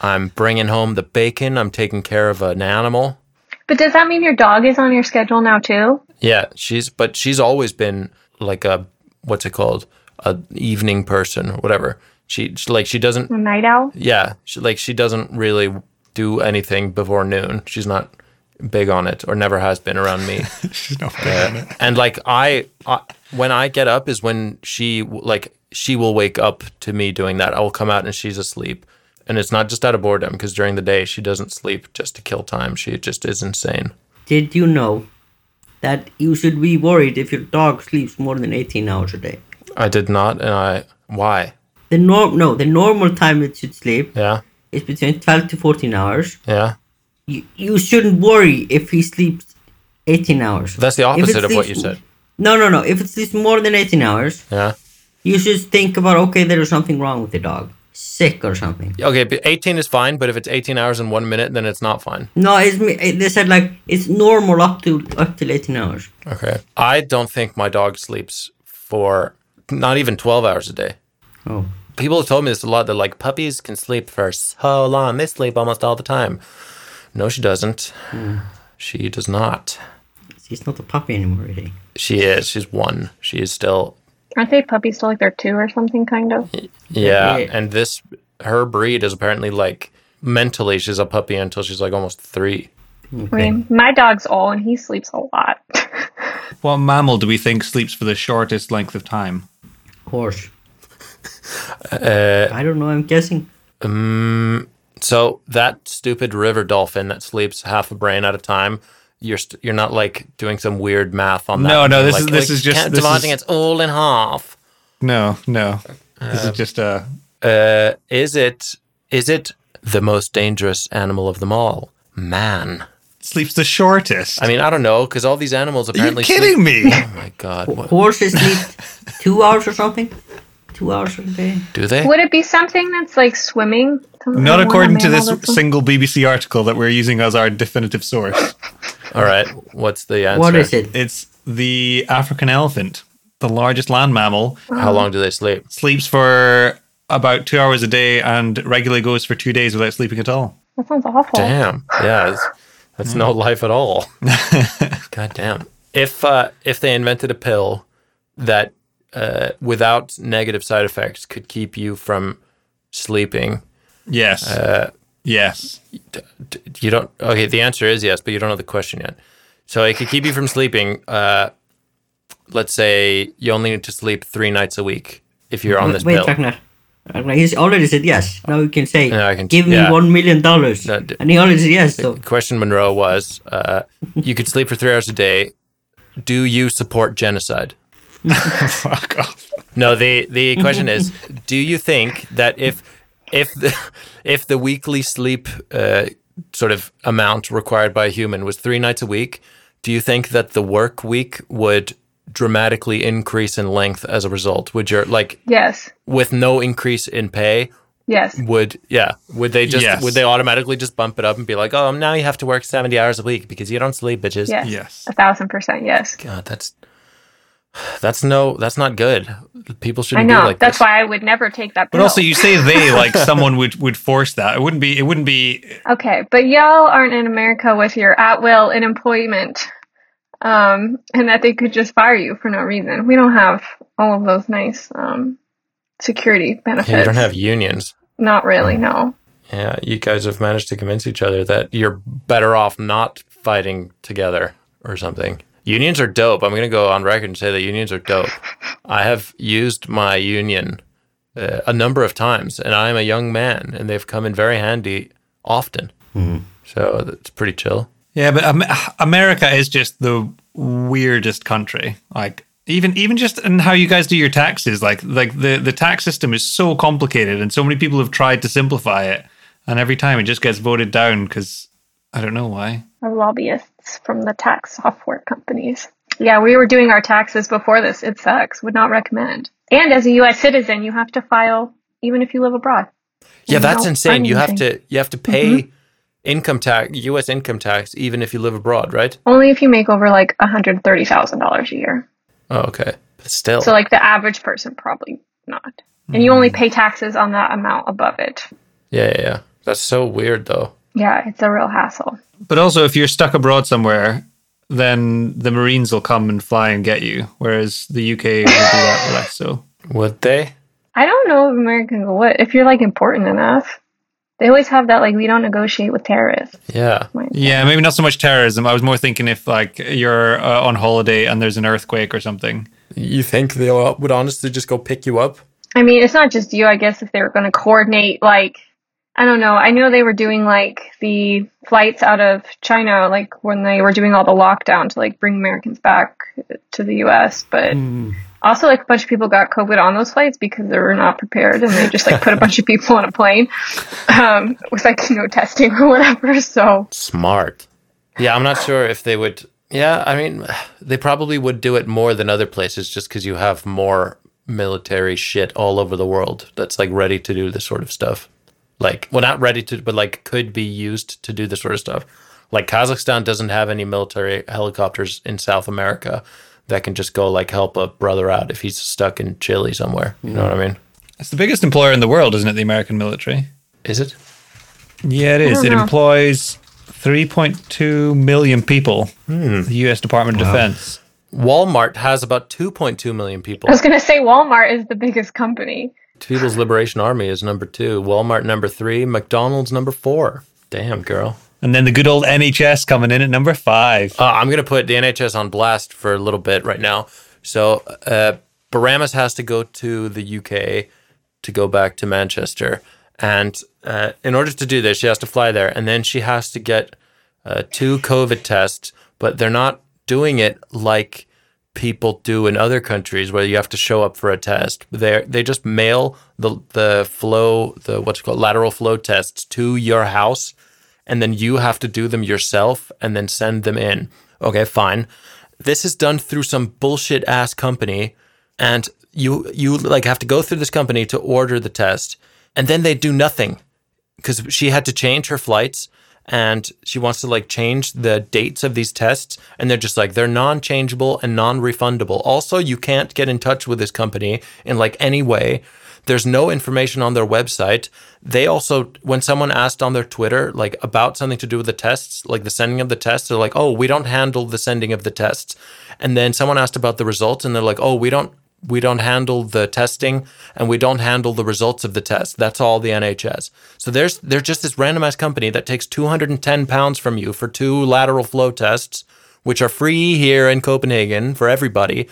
Speaker 1: I'm bringing home the bacon. I'm taking care of an animal.
Speaker 5: But does that mean your dog is on your schedule now too?
Speaker 1: Yeah, she's but she's always been like a what's it called a evening person or whatever. She, she like she doesn't
Speaker 5: A night owl?
Speaker 1: yeah she like she doesn't really do anything before noon. She's not big on it or never has been around me.
Speaker 2: She's not big on it.
Speaker 1: and like I, I when I get up is when she like she will wake up to me doing that. I will come out and she's asleep. And it's not just out of boredom because during the day she doesn't sleep just to kill time. She just is insane.
Speaker 4: Did you know that you should be worried if your dog sleeps more than 18 hours a day.
Speaker 1: I did not, and I why?
Speaker 4: The norm, no, the normal time it should sleep
Speaker 1: Yeah,
Speaker 4: is between 12 to 14 hours.
Speaker 1: yeah.
Speaker 4: You, you shouldn't worry if he sleeps 18 hours.
Speaker 1: That's the
Speaker 4: If it
Speaker 1: opposite of what you
Speaker 4: sleeps-
Speaker 1: said.
Speaker 4: No, no, no. If it sleeps more than 18 hours,
Speaker 1: Yeah.
Speaker 4: you should think about okay, there is something wrong with the dog, sick or something.
Speaker 1: Okay, but 18 is fine, but if it's 18 hours and one minute, then it's not fine.
Speaker 4: No, it's me- it- they said like it's normal up to up till 18 hours.
Speaker 1: Okay. I don't think my dog sleeps for not even 12 hours a day.
Speaker 4: Oh,
Speaker 1: People have told me this a lot. They're like, puppies can sleep for so long. They sleep almost all the time. No, she doesn't. She does not.
Speaker 4: she's not a puppy anymore, really.
Speaker 1: She is. She's one. She is still.
Speaker 5: Aren't they puppies till like they're two or something, kind of?
Speaker 1: Yeah.
Speaker 4: Yeah.
Speaker 1: And this, her breed is apparently like mentally, she's a puppy until she's like almost three.
Speaker 5: I mean, my dog's all and he sleeps a lot.
Speaker 2: What mammal do we think sleeps for the shortest length of time?
Speaker 4: Horse. Uh, I don't know. I'm guessing.
Speaker 1: So that stupid river dolphin that sleeps half a brain at a time. You're st- you're not like doing some weird math on that.
Speaker 2: No,
Speaker 1: and
Speaker 2: no,
Speaker 1: being
Speaker 2: this is- this is just-
Speaker 1: can't-
Speaker 2: this
Speaker 1: dividing
Speaker 2: is-
Speaker 1: it's all in half.
Speaker 2: No, no. This is just a.
Speaker 1: Uh, is it is it the most dangerous animal of them all? Man,
Speaker 2: Sleeps the shortest.
Speaker 1: I mean, I don't know because all these animals
Speaker 2: Are you
Speaker 1: apparently.
Speaker 2: kidding
Speaker 1: Sleep-
Speaker 2: me?
Speaker 1: oh my god, what,
Speaker 4: Horses sleep two hours or something. Two hours a day.
Speaker 1: do they?
Speaker 5: Would it be something that's like swimming? Something
Speaker 2: Not
Speaker 5: like one
Speaker 2: according to
Speaker 5: mammal
Speaker 2: this
Speaker 5: that's-
Speaker 2: single BBC article that we're using as our definitive source.
Speaker 1: All right, what's the answer?
Speaker 4: What is it?
Speaker 2: It's the African elephant, the largest land mammal,
Speaker 1: How long do they sleep?
Speaker 2: sleeps for about two hours a day and regularly goes for two days without sleeping at all.
Speaker 5: That sounds awful.
Speaker 1: Damn, yeah, that's, that's no life at all. god damn. If uh, if they invented a pill that uh, without negative side effects could keep you from sleeping,
Speaker 2: Yes. yes.
Speaker 1: D- you don't okay the answer is yes but you don't know the question yet so it could keep you from sleeping uh let's say you only need to sleep three nights a week if you're on this
Speaker 4: Wait,
Speaker 1: pill
Speaker 4: Ragnar. Ragnar, he's already said yes. Now you can say,
Speaker 1: Yeah, I can-
Speaker 4: give
Speaker 1: yeah.
Speaker 4: me one million dollars,
Speaker 1: No, d-
Speaker 4: and he already said yes. So
Speaker 1: The question monroe was uh you could sleep for three hours a day do you support genocide
Speaker 2: Fuck off.
Speaker 1: no the the question is do you think that if if the if the weekly sleep uh sort of amount required by a human was three nights a week do you think that the work week would dramatically increase in length as a result would your like
Speaker 5: Yes.
Speaker 1: with no increase in pay
Speaker 5: Yes.
Speaker 1: would yeah would they just
Speaker 2: Yes.
Speaker 1: would they automatically just bump it up and be like oh now you have to work 70 hours a week because you don't sleep bitches
Speaker 5: Yes.
Speaker 2: Yes.
Speaker 5: A thousand percent. Yes.
Speaker 1: god that's that's no that's not good people
Speaker 5: I
Speaker 1: shouldn't
Speaker 5: know.
Speaker 1: be like
Speaker 5: that's
Speaker 1: this.
Speaker 5: why I would never take that.
Speaker 2: But
Speaker 5: pill.
Speaker 2: also you say they like someone would would force that. It wouldn't be it wouldn't be
Speaker 5: Okay, but y'all aren't in America with your at will in employment, um, and that they could just fire you for no reason. We don't have all of those nice um, security benefits.
Speaker 1: Yeah, you don't have Mm. unions
Speaker 5: Not really, no.
Speaker 1: Yeah, you guys have managed to convince each other that you're better off not fighting together or something. Unions are dope. I'm going to go on record and say that unions are dope. I have used my union uh, a number of times, and I am a young man, and they've come in very handy often. So it's pretty chill.
Speaker 2: Yeah, but Am- America is just the weirdest country. Like even even just in how you guys do your taxes, like like the the tax system is so complicated, and so many people have tried to simplify it, and every time it just gets voted down because I don't know why.
Speaker 5: Our lobbyists from the tax software companies. Yeah, we were doing our taxes before this. It sucks. Would not recommend. And as a U.S. citizen, you have to file even if you live abroad.
Speaker 1: Yeah, that's
Speaker 5: No,
Speaker 1: insane. You have
Speaker 5: amazing.
Speaker 1: to you have to pay
Speaker 5: Mm-hmm.
Speaker 1: income tax, U.S. income tax, even if you live abroad, right?
Speaker 5: Only if you make over like one hundred thirty thousand dollars a year.
Speaker 1: Oh, okay, but still.
Speaker 5: So, like the average person, probably not. And you only pay taxes on that amount above it.
Speaker 1: yeah, yeah, yeah. That's so weird, though.
Speaker 5: Yeah, it's a real hassle.
Speaker 2: But also, if you're stuck abroad somewhere, then the Marines will come and fly and get you, whereas the UK will do that less. So
Speaker 1: Would they?
Speaker 5: I don't know if Americans would, if you're like important enough. They always have that, like, we don't negotiate with terrorists.
Speaker 1: Yeah.
Speaker 2: yeah, maybe not so much terrorism. I was more thinking if like you're uh, on holiday and there's an earthquake or something.
Speaker 1: You think they would honestly just go pick you up?
Speaker 5: I mean, it's not just you, I guess, if they were going to coordinate, like, I don't know. I know they were doing like the flights out of China, like when they were doing all the lockdown to like bring Americans back to the U.S. But also, like a bunch of people got COVID on those flights because they were not prepared, and they just like put a bunch of people on a plane um, with like no testing or whatever. So
Speaker 1: Smart. Yeah, I'm not sure if they would. Yeah, I mean, they probably would do it more than other places just because you have more military shit all over the world that's like ready to do this sort of stuff. Like, well, not ready to, but like could be used to do this sort of stuff. Like, Kazakhstan doesn't have any military helicopters in South America that can just go like help a brother out if he's stuck in Chile somewhere. You know what I mean?
Speaker 2: It's the biggest employer in the world, isn't it? The American military.
Speaker 1: Is it?
Speaker 2: Yeah, it is.
Speaker 5: don't
Speaker 2: It
Speaker 5: know.
Speaker 2: employs 3.2 million people.
Speaker 1: Hmm.
Speaker 2: The U.S. Department of Defense.
Speaker 1: Walmart has about 2.2 million people.
Speaker 5: I was gonna say Walmart is the biggest company.
Speaker 1: People's Liberation Army is number two, Walmart number three, McDonald's number four. Damn, girl.
Speaker 2: And then the good old NHS coming in at number five.
Speaker 1: Uh, I'm going to put the NHS on blast for a little bit right now. So, uh, Baramas has to go to the UK to go back to Manchester. And uh, in order to do this, she has to fly there. And then she has to get uh, two COVID tests, but they're not doing it like people do in other countries where you have to show up for a test. They they just mail the the flow the what's it called lateral flow tests to your house, and then you have to do them yourself and then send them in. Okay, fine. This is done through some bullshit ass company, and you you like have to go through this company to order the test, and then they do nothing because she had to change her flights and she wants to like change the dates of these tests and they're just like they're non-changeable and non-refundable also you can't get in touch with this company in like any way there's no information on their website they also when someone asked on their twitter like about something to do with the tests like the sending of the tests they're like oh we don't handle the sending of the tests and then someone asked about the results and they're like oh we don't we don't handle the testing and we don't handle the results of the test. That's all the NHS. So there's there's just this randomized company that takes 210 pounds from you for two lateral flow tests, which are free here in Copenhagen for everybody.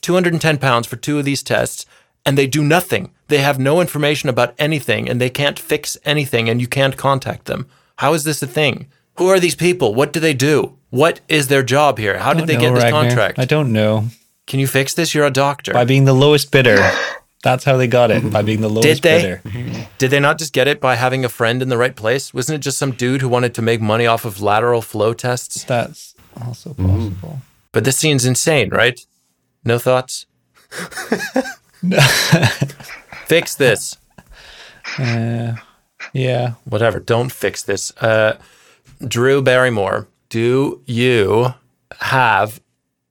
Speaker 1: 210 pounds for two of these tests, and they do nothing. They have no information about anything, and they can't fix anything, and you can't contact them. How is this a thing? Who are these people? What do they do? What is their job here? How did they
Speaker 2: Oh, No,
Speaker 1: get this
Speaker 2: Ragnar,
Speaker 1: contract?
Speaker 2: I don't know.
Speaker 1: Can you fix this? You're a doctor.
Speaker 2: By being the lowest bidder. That's how they got it. By being the
Speaker 1: Did
Speaker 2: lowest
Speaker 1: they?
Speaker 2: bidder.
Speaker 1: Did they not just get it by having a friend in the right place? Wasn't it just some dude who wanted to make money off of lateral flow tests?
Speaker 2: That's also
Speaker 1: Hmm.
Speaker 2: possible.
Speaker 1: But this scene's insane, right? No thoughts? fix this.
Speaker 2: Yeah.
Speaker 1: Whatever. Don't fix this. Uh, Drew Barrymore, do you have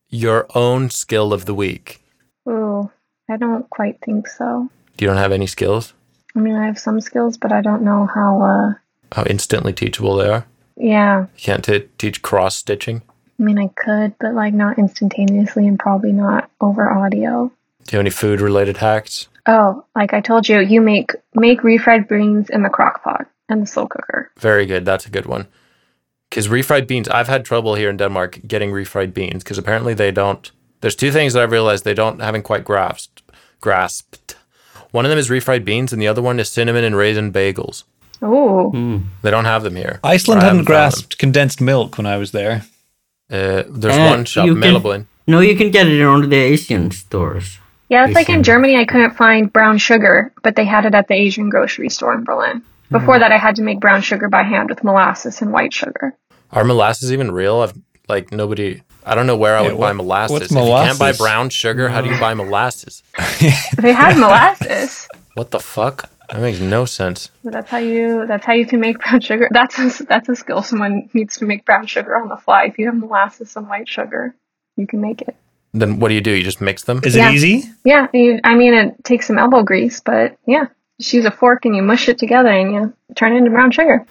Speaker 1: your own skill of the week?
Speaker 5: Ooh, I don't quite think so.
Speaker 1: You don't have any skills?
Speaker 5: I mean, I have some skills, but I don't know how. Uh,
Speaker 1: How instantly teachable they are?
Speaker 5: yeah,
Speaker 1: You can't t- teach cross stitching?
Speaker 5: I mean, I could, but like not instantaneously and probably not over audio.
Speaker 1: Do you have any food related hacks?
Speaker 5: Oh, like I told you, you make make refried beans in the crock pot and the slow cooker.
Speaker 1: Very good. That's a good one. Because refried beans, I've had trouble here in Denmark getting refried beans because apparently they don't. There's two things that I've realized they don't haven't quite grasped. Grasped. One of them is refried beans, and the other one is cinnamon and raisin bagels.
Speaker 5: Ooh,
Speaker 1: They don't have them here.
Speaker 2: Iceland
Speaker 1: Or I
Speaker 2: hadn't
Speaker 1: haven't found
Speaker 2: grasped condensed milk when I was there.
Speaker 1: them. Uh, there's
Speaker 2: Eh,
Speaker 4: Uh,
Speaker 1: one shop,
Speaker 4: you can-
Speaker 1: Melbourne.
Speaker 4: No, you can get it on the Asian stores.
Speaker 5: yeah, it's like in
Speaker 4: December.
Speaker 5: Germany, I couldn't find brown sugar, but they had it at the Asian grocery store in Berlin. Before that, I had to make brown sugar by hand with molasses and white sugar.
Speaker 1: Are molasses even real? I've like nobody. I don't know where I
Speaker 2: Yeah,
Speaker 1: would
Speaker 2: Eh, what-
Speaker 1: buy molasses.
Speaker 2: what's
Speaker 1: if you can't buy
Speaker 2: molasses?
Speaker 1: brown sugar, how do you buy molasses?
Speaker 5: They had molasses.
Speaker 1: What the fuck? That makes no sense.
Speaker 5: But that's how you that's how you can make brown sugar. That's a, that's a skill someone needs to make brown sugar on the fly. If you have molasses and white sugar, you can make it.
Speaker 1: Then what do you do? You just mix them?
Speaker 2: Is
Speaker 5: Yeah.
Speaker 2: it easy?
Speaker 5: Yeah, you, I mean it takes some elbow grease, but yeah, just use a fork and you mush it together and you turn it into brown sugar.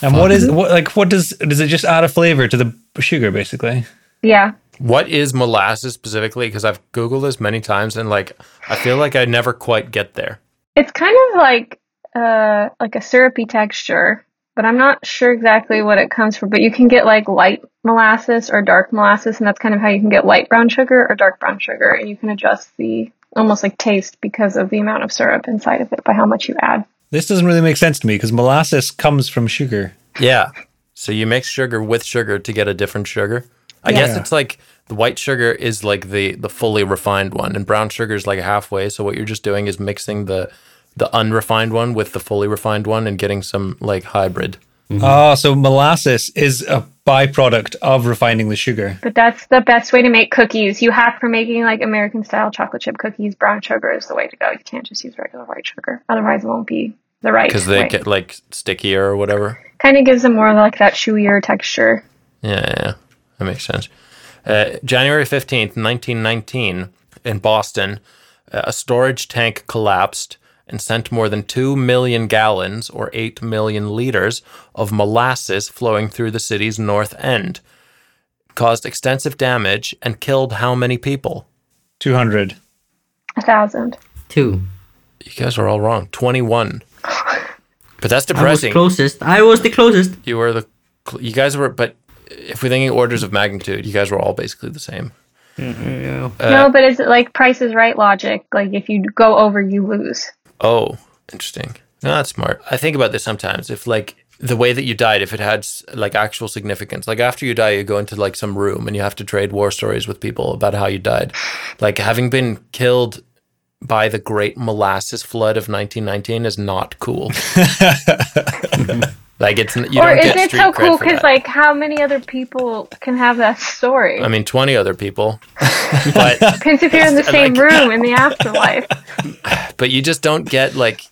Speaker 2: And what is what like what does does it just add a flavor to the sugar basically?
Speaker 5: Yeah,
Speaker 1: What is molasses specifically? Because I've Googled this many times and like I feel like I never quite get there.
Speaker 5: it's kind of like uh like a syrupy texture, but I'm not sure exactly what it comes from. But you can get like light molasses or dark molasses, and that's kind of how you can get light brown sugar or dark brown sugar, and you can adjust the almost like taste because of the amount of syrup inside of it by how much you add.
Speaker 2: This doesn't really make sense to me because molasses comes from sugar.
Speaker 1: Yeah. So you mix sugar with sugar to get a different sugar. I guess
Speaker 2: Yeah.
Speaker 1: it's like the white sugar is like the the fully refined one, and brown sugar is like halfway. So what you're just doing is mixing the the unrefined one with the fully refined one and getting some like hybrid.
Speaker 2: Oh, so molasses is a byproduct of refining the sugar.
Speaker 5: But that's the best way to make cookies. You have for making like American style chocolate chip cookies, brown sugar is the way to go. You can't just use regular white sugar. Otherwise it won't be the right
Speaker 1: because they
Speaker 5: way.
Speaker 1: get like stickier or whatever.
Speaker 5: kind of gives them more like that chewier texture.
Speaker 1: Yeah, yeah, yeah. that makes sense. Uh, January fifteenth, nineteen nineteen, in Boston, uh, a storage tank collapsed and sent more than two million gallons or eight million liters of molasses flowing through the city's north end. Caused extensive damage and killed how many people?
Speaker 2: 200.
Speaker 5: A thousand.
Speaker 4: Two.
Speaker 1: You guys are all wrong. Twenty-one. But that's
Speaker 4: I was
Speaker 1: depressing.
Speaker 4: closest. I was the closest.
Speaker 1: You were the, cl- you guys were, but if we're thinking orders of magnitude, you guys were all basically the same. Uh,
Speaker 5: no, but it's like Price is Right logic. Like if you go over, you lose.
Speaker 1: Oh, interesting. No, that's smart. I think about this sometimes. If like the way that you died, if it had s- like actual significance, like after you die, you go into like some room and you have to trade war stories with people about how you died. Like having been killed by the great molasses flood of 1919 is not cool. like it's n- you
Speaker 5: or
Speaker 1: don't
Speaker 5: isn't
Speaker 1: get
Speaker 5: it
Speaker 1: street
Speaker 5: so
Speaker 1: cred
Speaker 5: cool?
Speaker 1: for
Speaker 5: Because
Speaker 1: that.
Speaker 5: like how many other people can have that story?
Speaker 1: I mean, 20 other people, but
Speaker 5: Because if you're in the same room in the afterlife,
Speaker 1: but you just don't get like.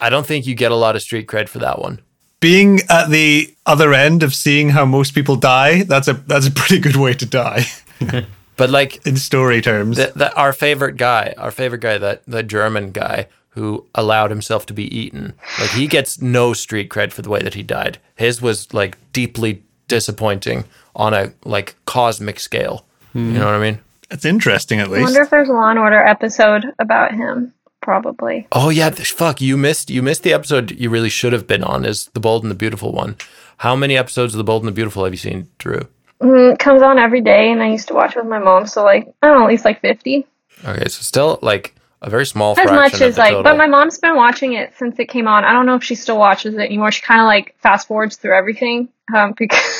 Speaker 1: I don't think you get a lot of street cred for that one.
Speaker 2: Being at the other end of seeing how most people die, that's a that's a pretty good way to die
Speaker 1: But like
Speaker 2: in story terms.
Speaker 1: the, the, our favorite guy, our favorite guy, that the German guy who allowed himself to be eaten. Like he gets no street cred for the way that he died. His was like deeply disappointing on a like cosmic scale. You know what I mean?
Speaker 2: That's interesting at
Speaker 5: I
Speaker 2: least.
Speaker 5: wonder if there's a Law and Order episode about him. Probably.
Speaker 1: Oh yeah, th- fuck! You missed you missed the episode you really should have been on is the Bold and the Beautiful one. How many episodes of the Bold and the Beautiful have you seen, Drew?
Speaker 5: Mm, It comes on every day, and I used to watch it with my mom. So like, I don't know, at least like fifty,
Speaker 1: Okay, so still like a very small
Speaker 5: as
Speaker 1: fraction
Speaker 5: much
Speaker 1: of
Speaker 5: as
Speaker 1: the
Speaker 5: like.
Speaker 1: total.
Speaker 5: But my mom's been watching it since it came on. I don't know if she still watches it anymore. She kind of like fast forwards through everything um, because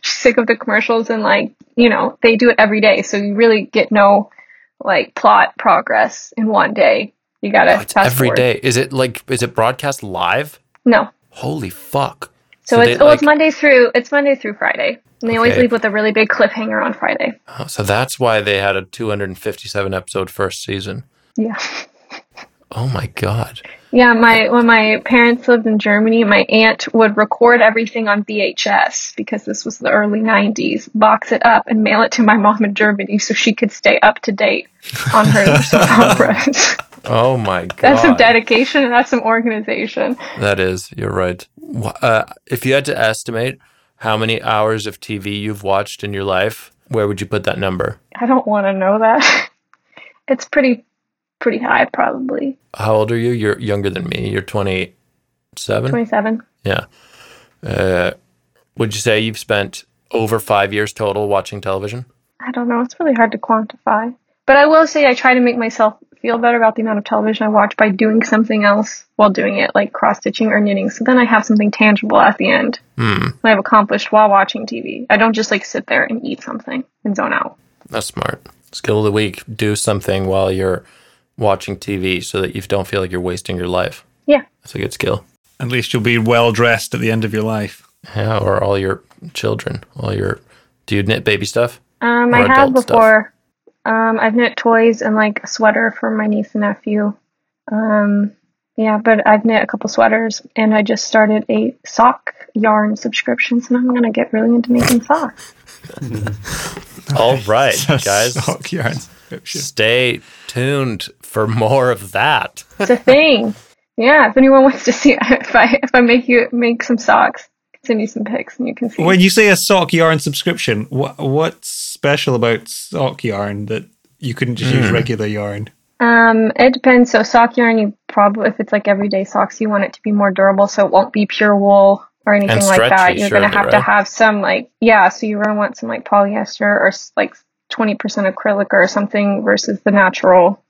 Speaker 5: she's sick of the commercials and like you know they do it every day, so you really get no like plot progress in one day. You gotta
Speaker 1: it's
Speaker 5: fast
Speaker 1: every
Speaker 5: forward.
Speaker 1: day. Is it like is it broadcast live?
Speaker 5: No,
Speaker 1: Holy fuck!
Speaker 5: so,
Speaker 1: they,
Speaker 5: it's oh, it's
Speaker 1: like-
Speaker 5: Monday through it's Monday through Friday, and they always
Speaker 1: Okay.
Speaker 5: leave with a really big cliffhanger on Friday.
Speaker 1: Oh, so that's why they had a 257 episode first season.
Speaker 5: Yeah.
Speaker 1: Oh my god.
Speaker 5: Yeah, my when my parents lived in Germany, my aunt would record everything on VHS because this was the early 90s, box it up and mail it to my mom in Germany so she could stay up to date on her soap operas.
Speaker 1: Oh my god.
Speaker 5: That's some dedication and that's some organization.
Speaker 1: That is. You're right. Wh- Uh, if you had to estimate how many hours of TV you've watched in your life, where would you put that number?
Speaker 5: I don't want to know that. It's pretty pretty high probably.
Speaker 1: How old are you? You're younger than me. You're 27.
Speaker 5: 27.
Speaker 1: Yeah. Uh, would you say you've spent over five years total watching television?
Speaker 5: I don't know, it's really hard to quantify. But I will say I try to make myself feel better about the amount of television I watch by doing something else while doing it, like cross stitching or knitting. So then I have something tangible at the end
Speaker 1: Hmm.
Speaker 5: that I've accomplished while watching TV. I don't just like sit there and eat something and zone out.
Speaker 1: That's smart. Skill of the week: do something while you're watching TV so that you don't feel like you're wasting your life.
Speaker 5: Yeah.
Speaker 1: That's a good skill.
Speaker 2: At least you'll be well dressed at the end of your life.
Speaker 1: Yeah, or all your children, all your. Do you knit baby stuff?
Speaker 5: Um,
Speaker 1: Or
Speaker 5: I have
Speaker 1: adult stuff.
Speaker 5: before. Um, I've knit toys and like a sweater for my niece and nephew. Um, yeah, but I've knit a couple sweaters and I just started a sock yarn subscription, so now I'm gonna get really into making socks.
Speaker 1: All right, guys.
Speaker 2: Sock yarn subscription.
Speaker 1: Stay tuned for more of that.
Speaker 5: It's a thing. Yeah, if anyone wants to see if I if I make you make some socks, send you some pics and you can see.
Speaker 2: When you say a sock yarn subscription, what what's special about sock yarn that you couldn't just use regular yarn?
Speaker 5: Um, it depends. So sock yarn, you probably if it's like everyday socks, you want it to be more durable, so it won't be pure wool or anything like
Speaker 1: stretchy,
Speaker 5: that. You're gonna
Speaker 1: surely,
Speaker 5: have to
Speaker 1: right?
Speaker 5: have some like yeah. So you're gonna want some like polyester or s- like twenty percent acrylic or something versus the natural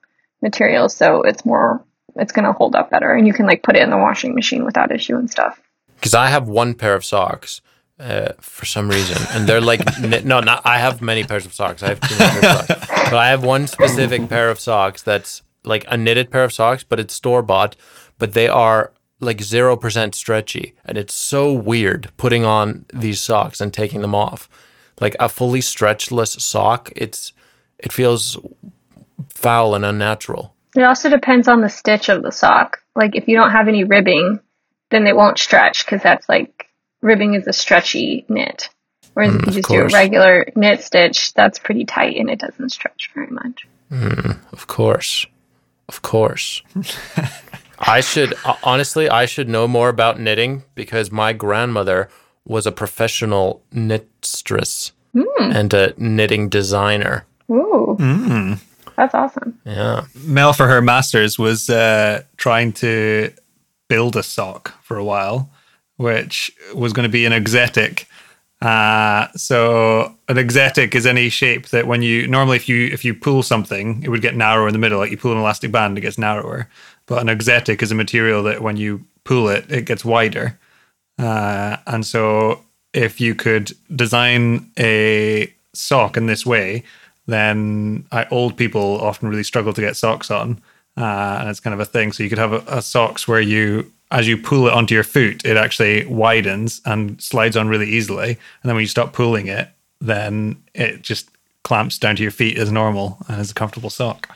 Speaker 5: material, so it's more it's gonna hold up better, and you can like put it in the washing machine without issue and stuff.
Speaker 1: because I have one pair of socks uh, for some reason, and they're like knit- no, not I have many pairs of socks. I have two pairs of socks, but I have one specific pair of socks that's like a knitted pair of socks, but it's store bought, but they are like zero percent stretchy, and it's so weird putting on these socks and taking them off. Like a fully stretchless sock, it's it feels foul and unnatural.
Speaker 5: It also depends on the stitch of the sock. Like if you don't have any ribbing, then they won't stretch because that's like ribbing is a stretchy knit. Whereas if you just
Speaker 1: Mm, course.
Speaker 5: do a regular knit stitch, that's pretty tight and it doesn't stretch very much.
Speaker 1: Of course. Of course. I should uh, honestly, I should know more about knitting because my grandmother was a professional knitstress and a knitting designer.
Speaker 5: Ooh, that's awesome.
Speaker 1: Mm. Yeah.
Speaker 2: Mel for her masters was uh, trying to build a sock for a while, which was going to be an exotic. Uh, so an exotic is any shape that when you normally if you if you pull something, it would get narrower in the middle. Like you pull an elastic band, it gets narrower. But an exotic is a material that when you pull it, it gets wider. Uh, and so, if you could design a sock in this way, then I, old people often really struggle to get socks on, uh, and it's kind of a thing. So you could have a, a socks where you, as you pull it onto your foot, it actually widens and slides on really easily, and then when you stop pulling it, then it just clamps down to your feet as normal and is a comfortable sock.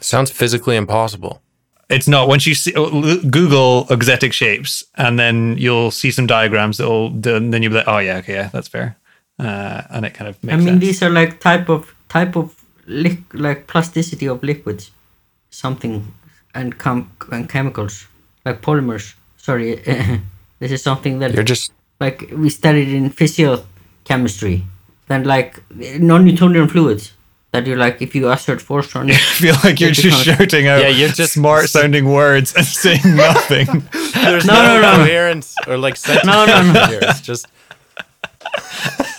Speaker 1: Sounds physically impossible.
Speaker 2: It's not. Once you see oh, l- Google exotic shapes, and then you'll see some diagrams that'll. Then then you'll be like, oh yeah, okay, yeah, that's fair. Uh, and it kind of
Speaker 4: I
Speaker 2: makes
Speaker 4: mean,
Speaker 2: sense.
Speaker 4: these are like type of type of li- like plasticity of liquids, something, and com and chemicals like polymers. Sorry, this is something that
Speaker 1: You're just
Speaker 4: like we studied in physiochemistry. Then like non-Newtonian fluids that you like if you assert force on it.
Speaker 2: I feel like you're just
Speaker 4: Because-
Speaker 2: shouting out
Speaker 1: Yeah, you're just-
Speaker 2: smart sounding words and saying nothing.
Speaker 1: there's
Speaker 4: No,
Speaker 1: no,
Speaker 4: no, no.
Speaker 1: coherence or like sentence
Speaker 4: No, no, no.
Speaker 1: here. It's just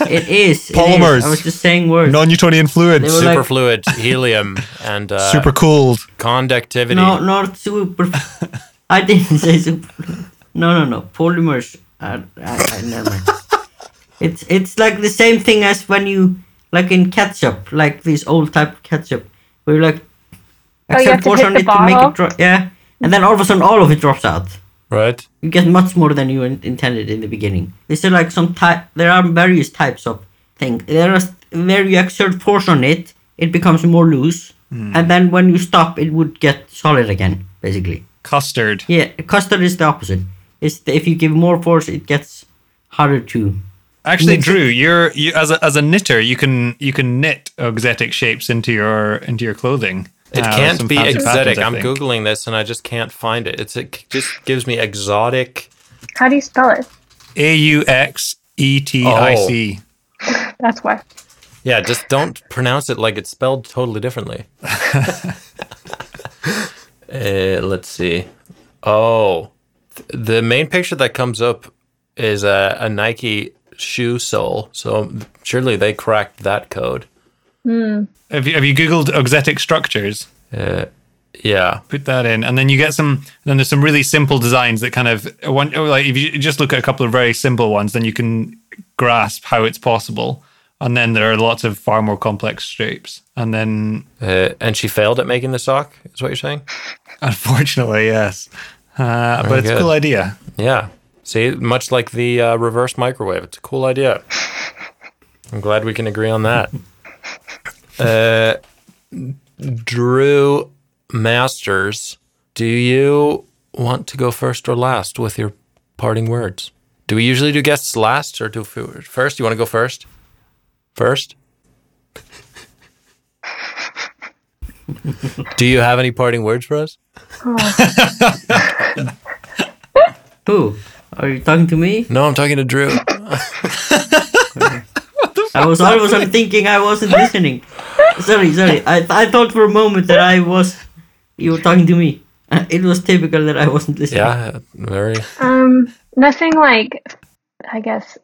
Speaker 4: It is it is.
Speaker 2: Polymers.
Speaker 4: I was just saying words.
Speaker 2: non Newtonian fluids.
Speaker 4: They were like-
Speaker 1: superfluid, helium, and uh,
Speaker 2: super cooled.
Speaker 1: conductivity.
Speaker 4: No, not super. I didn't say super. No, no, no. Polymers. Are, I, I never. mind. it's it's like the same thing as when you like in ketchup, like this old type of ketchup, where you like
Speaker 5: Oh, you have
Speaker 4: accept
Speaker 5: to
Speaker 4: force
Speaker 5: hit
Speaker 4: on
Speaker 5: the
Speaker 4: it to make
Speaker 5: bottle?
Speaker 4: it drop. Yeah, and then all of a sudden, all of it drops out.
Speaker 1: Right?
Speaker 4: You get much more than you in- intended in the beginning. These are like some type. There are various types of things. There are s- where you exert force on it, it becomes more loose, and then when you stop, it would get solid again, basically.
Speaker 2: Custard.
Speaker 4: Yeah, custard is the opposite. It's the, if you give more force, it gets harder to.
Speaker 2: Actually,
Speaker 4: Knit-
Speaker 2: Drew, you're you as a as a knitter, you can you can knit exotic shapes into your into your clothing.
Speaker 1: It
Speaker 2: Uh, with
Speaker 1: can't
Speaker 2: some
Speaker 1: be
Speaker 2: fancy
Speaker 1: exotic.
Speaker 2: patterns, I
Speaker 1: I'm
Speaker 2: think.
Speaker 1: googling this and I just can't find it. It's it just gives me exotic.
Speaker 5: How do you spell it?
Speaker 2: A U X E T I
Speaker 1: Oh.
Speaker 2: C.
Speaker 5: That's why.
Speaker 1: Yeah, just don't pronounce it like it's spelled totally differently. uh, let's see. Oh, th- the main picture that comes up is a, a Nike shoe sole. So surely they cracked that code.
Speaker 2: Have you have you googled exotic structures?
Speaker 1: Uh, yeah.
Speaker 2: put that in and then you get some then there's some really simple designs that kind of one oh, like if you just look at a couple of very simple ones then you can grasp how it's possible and then there are lots of far more complex shapes and then
Speaker 1: Uh, and she failed at making the sock, is what you're saying?
Speaker 2: unfortunately yes uh, but it's a
Speaker 1: good.
Speaker 2: cool idea
Speaker 1: Yeah. See, much like the uh, reverse microwave, it's a cool idea. I'm glad we can agree on that. Uh, Drew Masters, do you want to go first or last with your parting words? Do we usually do guests last or do f- first? You want to go first? First? do you have any parting words for us?
Speaker 4: Who? Are you talking to me?
Speaker 1: No, I'm talking to Drew.
Speaker 4: I was all of a sudden thinking I wasn't listening. Sorry, sorry. I, th- I thought for a moment that I was. You were talking to me. Uh, It was typical that I wasn't listening.
Speaker 1: Yeah, very.
Speaker 5: Um, nothing like, I guess,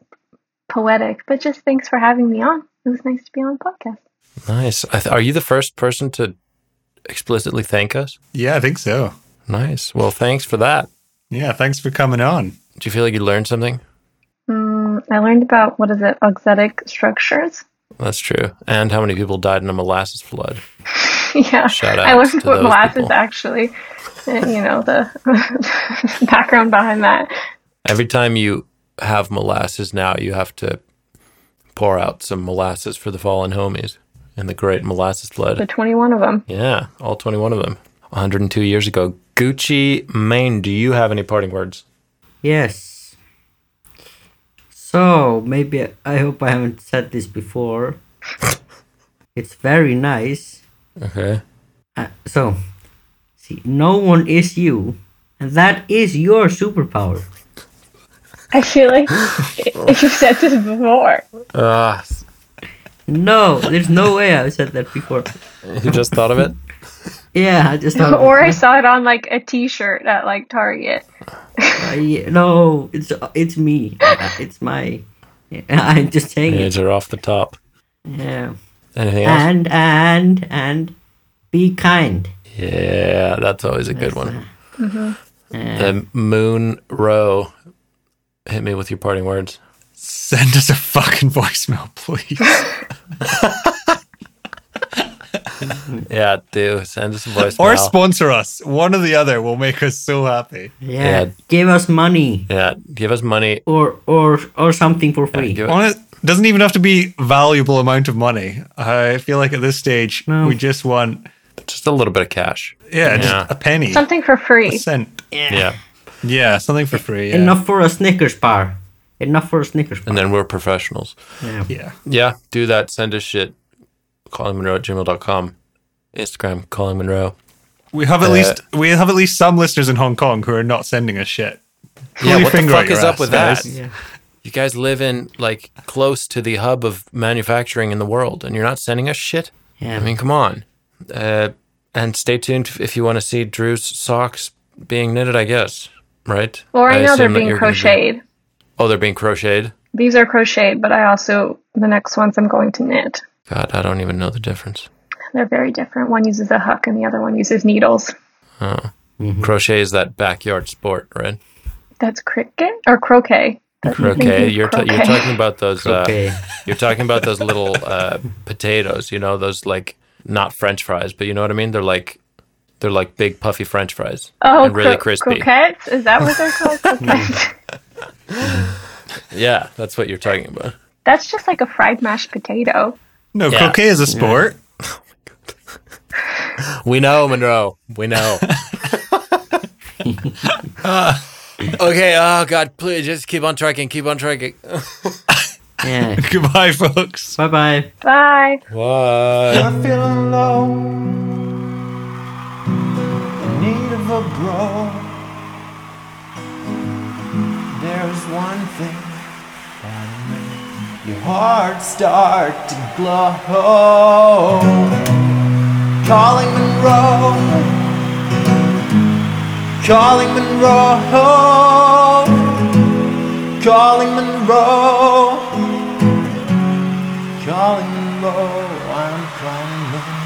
Speaker 5: poetic, but just thanks for having me on. It was nice to be on the podcast.
Speaker 1: Nice. I th- are you the first person to explicitly thank us?
Speaker 2: yeah i think so
Speaker 1: Nice. Well, thanks for that.
Speaker 2: Yeah, thanks for coming on.
Speaker 1: Do you feel like you learned something?
Speaker 5: Mm, I learned about what is it, auxetic structures.
Speaker 1: That's true. And how many people died in a molasses flood?
Speaker 5: yeah,
Speaker 1: Shout
Speaker 5: I
Speaker 1: outs
Speaker 5: learned
Speaker 1: to
Speaker 5: what
Speaker 1: those
Speaker 5: molasses
Speaker 1: people.
Speaker 5: actually. uh, You know the background behind that.
Speaker 1: Every time you have molasses now, you have to pour out some molasses for the fallen homies in the great molasses
Speaker 5: The
Speaker 1: flood.
Speaker 5: twenty-one of them.
Speaker 1: Yeah, all 21 of them. 102 years ago. Gucci Mane, do you have any parting words?
Speaker 4: Yes. So, maybe I hope I haven't said this before. it's very nice.
Speaker 1: Okay.
Speaker 4: Uh, so, see, no one is you, and that is your superpower.
Speaker 5: I feel like if you've said this before.
Speaker 1: Ah,
Speaker 4: No, there's no way I've said that before.
Speaker 1: you just thought of it?
Speaker 4: Yeah, I just
Speaker 1: Um,
Speaker 4: thought.
Speaker 5: or I saw it on like a T-shirt at like Target.
Speaker 4: Uh, yeah, no, it's it's me. Uh, It's my. Yeah, I'm just saying it.
Speaker 1: These are off the top.
Speaker 4: Yeah.
Speaker 1: Anything else?
Speaker 4: And and and be kind.
Speaker 1: Yeah, that's always a good one.
Speaker 4: Uh,
Speaker 1: The Moon Row. Hit me with your parting words.
Speaker 2: Send us a fucking voicemail, please.
Speaker 1: Yeah, do send us a voicemail.
Speaker 2: or sponsor us. One or the other will make us so happy.
Speaker 4: yeah.
Speaker 1: yeah.
Speaker 4: Give us money
Speaker 1: yeah, give us money.
Speaker 4: or or or something for free.
Speaker 1: Give
Speaker 2: Honest, doesn't even have to be valuable amount of money. I feel like at this stage
Speaker 4: No.
Speaker 2: we just want
Speaker 1: just a little bit of cash.
Speaker 2: yeah,
Speaker 1: Yeah.
Speaker 2: just a penny,
Speaker 5: Something for
Speaker 2: a
Speaker 5: free.
Speaker 2: cent.
Speaker 1: Yeah,
Speaker 2: Yeah, something for free. Yeah.
Speaker 4: Enough for a Snickers bar. Enough for a Snickers bar.
Speaker 1: and then we're professionals.
Speaker 4: Yeah.
Speaker 2: Yeah.
Speaker 1: Yeah, do that. Send us shit. Colin Monroe at gmail.com. Instagram, Colin Monroe.
Speaker 2: We have at
Speaker 1: Uh,
Speaker 2: least we have at least some listeners in Hong Kong who are not sending us shit. Pull
Speaker 1: yeah,
Speaker 2: your
Speaker 1: what the
Speaker 2: finger out
Speaker 1: fuck
Speaker 2: your
Speaker 1: is up
Speaker 2: ass,
Speaker 1: with
Speaker 2: guys.
Speaker 1: that?
Speaker 4: Yeah.
Speaker 1: You guys live in like close to the hub of manufacturing in the world, and you're not sending us shit.
Speaker 4: Yeah.
Speaker 1: I mean, come on. Uh, and stay tuned if you want to see Drew's socks being knitted. I guess, right?
Speaker 5: Or I know they're
Speaker 1: assume that
Speaker 5: being
Speaker 1: you're gonna be-
Speaker 5: crocheted.
Speaker 1: oh, they're being crocheted.
Speaker 5: These are crocheted, but I also the next ones I'm going to knit.
Speaker 1: God, I don't even know the difference.
Speaker 5: They're very different. One uses a hook and the other one uses needles.
Speaker 1: Crochet is that backyard sport, right?
Speaker 5: That's cricket or croquet. That's- I'm
Speaker 1: Croquet.
Speaker 5: thinking
Speaker 1: You're ta- you're
Speaker 5: croquet.
Speaker 1: talking about those. Uh,
Speaker 4: Okay.
Speaker 1: You're talking about those little uh, potatoes, you know, those like not French fries, but you know what I mean. They're like they're like big puffy French fries
Speaker 5: Oh,
Speaker 1: and really
Speaker 5: cro-
Speaker 1: crispy.
Speaker 5: croquettes? Is that what they're called? Croquettes?
Speaker 1: Yeah, that's what you're talking about.
Speaker 5: That's just like a fried mashed potato.
Speaker 2: No,
Speaker 1: Yeah.
Speaker 2: croquet is a sport.
Speaker 1: We know, Monroe. We know. Uh, okay. Oh God, please just keep on tracking. Keep on tracking.
Speaker 4: Yeah.
Speaker 2: Goodbye, folks.
Speaker 4: bye bye.
Speaker 5: Bye.
Speaker 1: What?
Speaker 3: I feel alone, in need of a bro. There's one thing that makes your heart start to glow. Calling Monroe, calling Monroe, calling Monroe. Calling low, I'm calling low.